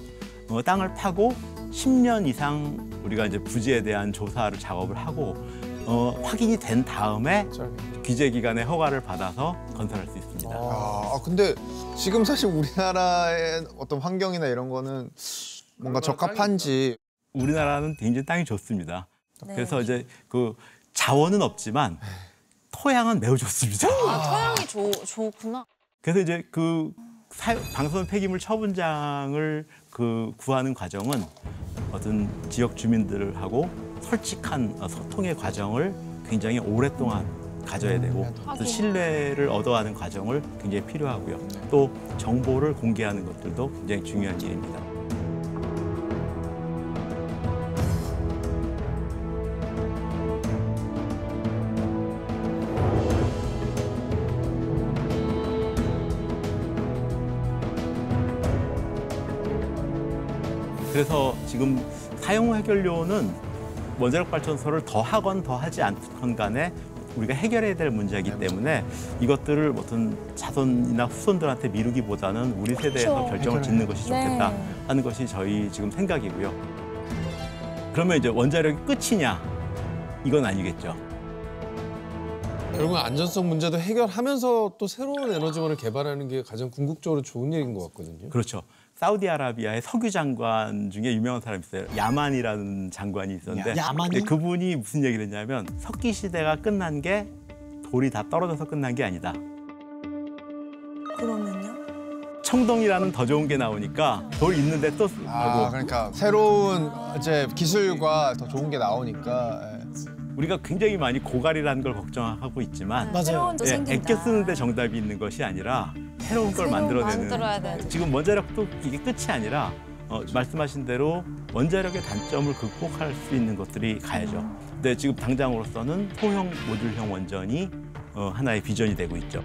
Speaker 1: 어, 땅을 파고 10년 이상 우리가 이제 부지에 대한 조사를 작업을 하고 어, 확인이 된 다음에
Speaker 2: 그렇죠.
Speaker 1: 규제 기관의 허가를 받아서 건설할 수 있습니다.
Speaker 5: 아, 근데 지금 사실 우리나라의 어떤 환경이나 이런 거는 뭔가 적합한지
Speaker 1: 우리나라는 굉장히 땅이 좋습니다.
Speaker 5: 네.
Speaker 1: 그래서 이제 그 자원은 없지만 토양은 매우 좋습니다.
Speaker 3: 아, 토양이 좋, 좋구나.
Speaker 1: 그래서 이제 그 사- 방사선 폐기물 처분장을 그 구하는 과정은 어떤 지역 주민들하고 솔직한 어, 소통의 과정을 굉장히 오랫동안 가져야 되고 또
Speaker 12: 하긴.
Speaker 1: 신뢰를 얻어가는 과정을 굉장히 필요하고요. 또 정보를 공개하는 것들도 굉장히 중요한 일입니다. 그래서 지금 사용 해결료는 원자력 발전소를 더 하건 더 하지 않건 간에 우리가 해결해야 될 문제이기 때문에 이것들을 어떤 자손이나 후손들한테 미루기보다는 우리 세대에서
Speaker 12: 그렇죠.
Speaker 1: 결정을 짓는 것이
Speaker 12: 네.
Speaker 1: 좋겠다 하는 것이 저희 지금 생각이고요. 그러면 이제 원자력이 끝이냐? 이건 아니겠죠.
Speaker 2: 결국 안전성 문제도 해결하면서 또 새로운 에너지원을 개발하는 게 가장 궁극적으로 좋은 일인 것 같거든요.
Speaker 1: 그렇죠. 사우디아라비아의 석유 장관 중에 유명한 사람이 있어요. 야만이라는 장관이 있었는데
Speaker 4: 야-
Speaker 1: 근데
Speaker 4: 야만이요?
Speaker 1: 그분이 무슨 얘기를 했냐면 석기 시대가 끝난 게 돌이 다 떨어져서 끝난 게 아니다.
Speaker 6: 그러면요?
Speaker 1: 청동이라는 더 좋은 게 나오니까 돌 있는데 또 쓰고
Speaker 5: 아, 그러니까 새로운 이제 기술과 더 좋은 게 나오니까 예.
Speaker 1: 우리가 굉장히 많이 고갈이라는 걸 걱정하고
Speaker 6: 네.
Speaker 1: 있지만
Speaker 5: 맞아요.
Speaker 6: 새로운 게
Speaker 1: 예,
Speaker 6: 생긴다.
Speaker 1: 애껴 쓰는데 정답이 있는 것이 아니라 새로운 걸
Speaker 6: 새로운
Speaker 1: 만들어내는
Speaker 6: 만들어야 돼.
Speaker 1: 지금 원자력도 이게 끝이 아니라 어, 말씀하신 대로 원자력의 단점을 극복할 수 있는 것들이 가야죠.
Speaker 6: 음.
Speaker 1: 근데 지금 당장으로서는 소형 모듈형 원전이 어, 하나의 비전이 되고 있죠.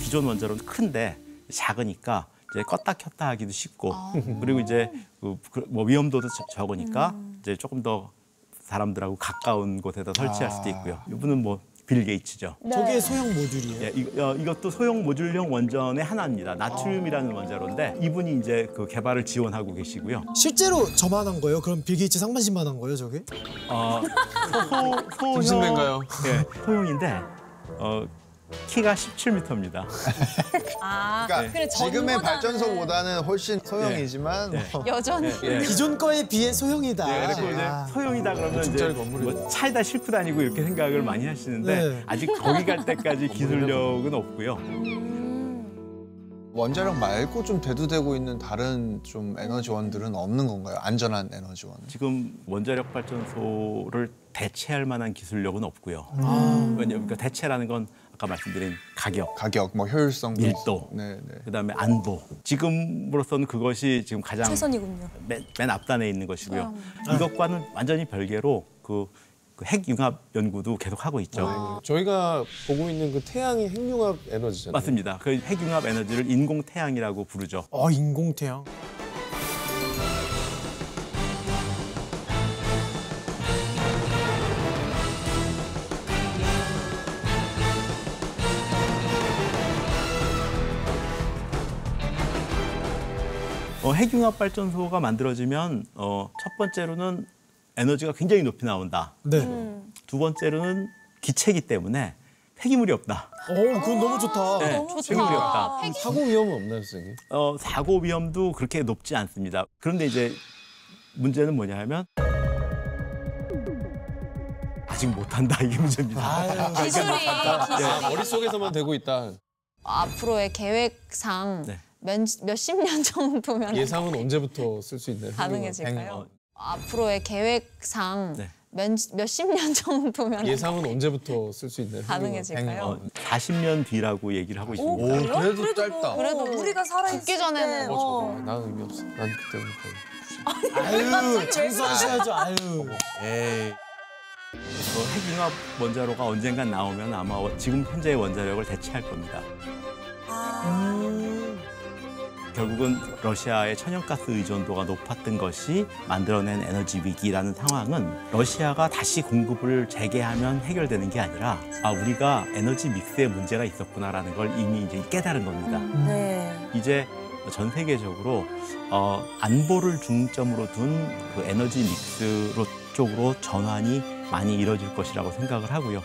Speaker 1: 기존 원자로는 큰데 작으니까 이제 껐다 켰다 하기도 쉽고
Speaker 6: 아.
Speaker 1: *laughs* 그리고 이제 그- 그- 뭐 위험도도 저- 적으니까
Speaker 6: 음.
Speaker 1: 이제 조금 더 사람들하고 가까운 곳에다 설치할
Speaker 6: 아.
Speaker 1: 수도 있고요. 이분은 뭐 빌 게이츠죠.
Speaker 4: 저게 소형 모듈이에요.
Speaker 1: 예, 이, 것도 소형 모듈형 원전의 하나입니다. 나트륨이라는 원자로인데 이분이 이제 그 개발을 지원하고 계시고요.
Speaker 4: 실제로 저만 한 거예요? 그럼 빌게이츠 상반신만 한 거예요, 저게?
Speaker 1: 어, 소, 소, 형
Speaker 2: 김신배인가요?
Speaker 1: 예, 소형인데 어, 키가 17m입니다.
Speaker 6: 아,
Speaker 5: 그러니까
Speaker 6: 그래,
Speaker 5: 지금의
Speaker 6: 전보다는-
Speaker 5: 발전소보다는 훨씬 소형이지만
Speaker 1: 예.
Speaker 5: 뭐
Speaker 3: 여전히
Speaker 4: 기존 거에 비해 소형이다.
Speaker 1: 예, 그리고 이제
Speaker 4: 아.
Speaker 1: 소형이다 그러면 이제
Speaker 2: 고층짜리 건물이고.
Speaker 1: 뭐 차에다 싣고 다니고 이렇게 생각을 많이 하시는데
Speaker 4: 네.
Speaker 1: 아직 거기 갈
Speaker 2: *laughs*
Speaker 1: 때까지 기술력은 없고요.
Speaker 5: 원자력 말고 좀 대두되고 있는 다른 좀 에너지원들은 없는 건가요? 안전한 에너지원.
Speaker 1: 지금 원자력 발전소를 대체할 만한 기술력은 없고요. 왜냐하면 그 대체라는 건 아까 말씀드린 가격,
Speaker 5: 가격, 뭐 효율성,
Speaker 1: 밀도.
Speaker 5: 네, 네.
Speaker 1: 그다음에 안보. 지금으로서는 그것이 지금 가장
Speaker 6: 최선이군요.
Speaker 1: 맨, 맨 앞단에 있는 것이고요. 이것과는 완전히 별개로 그, 그 핵융합 연구도 계속 하고 있죠.
Speaker 2: 어. 저희가 보고 있는 그 태양이 핵융합 에너지잖아요.
Speaker 1: 맞습니다. 그 핵융합 에너지를 인공 태양이라고 부르죠.
Speaker 4: 어, 인공태양.
Speaker 1: 어, 핵융합 발전소가 만들어지면 어, 첫 번째로는 에너지가 굉장히 높이 나온다.
Speaker 4: 네.
Speaker 1: 두 번째로는 기체이기 때문에 폐기물이 없다.
Speaker 4: 어, 그건 너무 어, 좋다.
Speaker 1: 네, 폐기물이 없다.
Speaker 2: 사고 위험은 없나요, 선생님?
Speaker 1: 어, 사고 위험도 그렇게 높지 않습니다. 그런데 이제 문제는 뭐냐 하면 아직 못한다 이게 문제입니다.
Speaker 6: 네.
Speaker 4: 아유,
Speaker 3: 기술이
Speaker 1: 네.
Speaker 2: 아, 머릿속에서만 되고 있다.
Speaker 3: 앞으로의 계획상
Speaker 1: 네.
Speaker 3: 몇, 몇십 년 정도면
Speaker 2: 예상은 언제부터 쓸 수 있나요?
Speaker 3: 가능해질까요?
Speaker 1: 어,
Speaker 3: 앞으로의 계획상
Speaker 1: 네.
Speaker 3: 몇, 몇십 년 정도면
Speaker 2: 어, 예상은 언제부터 쓸 수 있나요?
Speaker 3: 가능해질까요?
Speaker 1: 어, 40년 뒤라고 얘기를 하고 있습니다.
Speaker 5: 오, 그래도 짧다.
Speaker 3: 어, 그래도
Speaker 6: 우리가 살아있을
Speaker 3: 죽기 전에는
Speaker 6: 때,
Speaker 3: 뭐
Speaker 6: 어.
Speaker 2: 아, 난 의미 없어. 난 그때부터.
Speaker 4: 아유 장수하셔야죠, 아유.
Speaker 1: 어, 핵융합 원자로가 언젠간 나오면 아마 지금 현재의 원자력을 대체할 겁니다. 음. 결국은 러시아의 천연가스 의존도가 높았던 것이 만들어낸 에너지 위기라는 상황은 러시아가 다시 공급을 재개하면 해결되는 게 아니라 아 우리가 에너지 믹스에 문제가 있었구나라는 걸 이미 이제 깨달은 겁니다.
Speaker 6: 네.
Speaker 1: 이제 전 세계적으로 어, 안보를 중점으로 둔 그 에너지 믹스로 쪽으로 전환이 많이 이뤄질 것이라고 생각을 하고요.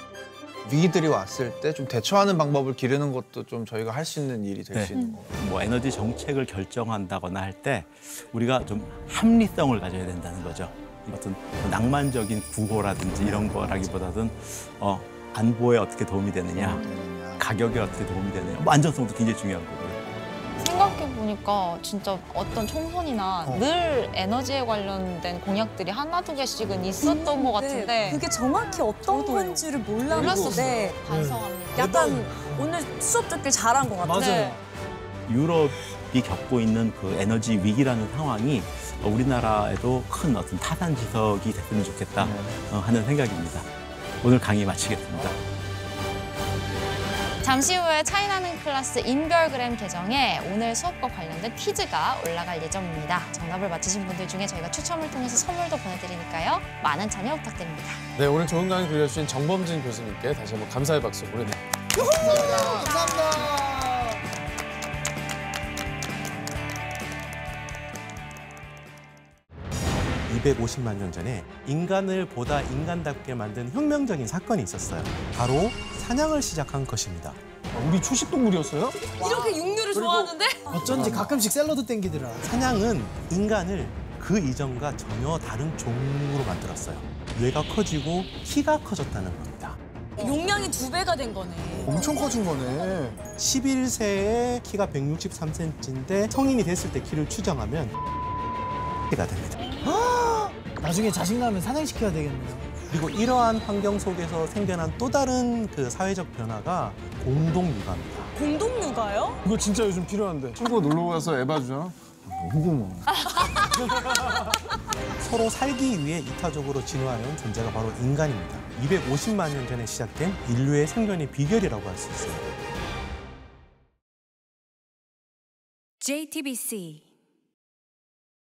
Speaker 5: 위기들이 왔을 때 좀 대처하는 방법을 기르는 것도 좀 저희가 할 수 있는 일이 될
Speaker 1: 네.
Speaker 5: 수 있는 거.
Speaker 1: 뭐 에너지 정책을 결정한다거나 할 때 우리가 좀 합리성을 가져야 된다는 거죠. 어떤 낭만적인 구호라든지 이런 거라기보다는 어, 안보에 어떻게 도움이 되느냐, 가격에 어떻게 도움이 되느냐, 뭐 안전성도 굉장히 중요한 거고요.
Speaker 3: 생각해 보니까 진짜 어떤 총선이나 늘 에너지에 관련된 공약들이 하나 두 개씩은
Speaker 1: 음,
Speaker 3: 있었던 것
Speaker 6: 네,
Speaker 3: 같은데
Speaker 6: 그게 정확히 어떤 건지를 몰랐는데
Speaker 1: 네.
Speaker 3: 반성합니다.
Speaker 6: 약간 오늘 수업 듣길 잘한 것 같아요.
Speaker 3: 네.
Speaker 1: 유럽이 겪고 있는 그 에너지 위기라는 상황이 우리나라에도 큰 어떤 타산 지석이 됐으면 좋겠다 어, 하는 생각입니다. 오늘 강의 마치겠습니다.
Speaker 3: 잠시 후에 차이나는 클래스 인별그램 계정에 오늘 수업과 관련된 퀴즈가 올라갈 예정입니다. 정답을 맞히신 분들 중에 저희가 추첨을 통해서 선물도 보내드리니까요. 많은 참여 부탁드립니다.
Speaker 2: 네, 오늘 좋은 강의 들려주신 정범진 교수님께 다시 한번 감사의 박수 보내드립니다.
Speaker 4: 250만 년 전에 인간을 보다 인간답게 만든 혁명적인 사건이 있었어요. 바로 사냥을 시작한 것입니다. 우리 초식 동물이었어요?
Speaker 3: 네.
Speaker 6: 이렇게 육류를 좋아하는데?
Speaker 4: 어쩐지 가끔씩 샐러드 땡기더라. 사냥은 인간을 그 이전과 전혀 다른 종으로 만들었어요. 뇌가 커지고 키가 커졌다는 겁니다.
Speaker 6: 용량이 두 배가 된 거네.
Speaker 4: 엄청 커진 거네. 11세에 키가 163cm인데 성인이 됐을 때 키를 추정하면 키가 됩니다.
Speaker 13: *gasps* 나중에 자식 낳으면 사냥시켜야 되겠네요.
Speaker 4: 그리고 이러한 환경 속에서 생겨난 또 다른 그 사회적 변화가 공동 육아입니다.
Speaker 6: 공동 육아요?
Speaker 2: 이거 진짜 요즘 필요한데.
Speaker 5: 친구 놀러 가서 에바 주잖아.
Speaker 4: 너무 고마워. 서로 살기 위해 이타적으로 진화해온 존재가 바로 인간입니다. 250만 년 전에 시작된 인류의 생존의 비결이라고 할 수 있어요.
Speaker 14: JTBC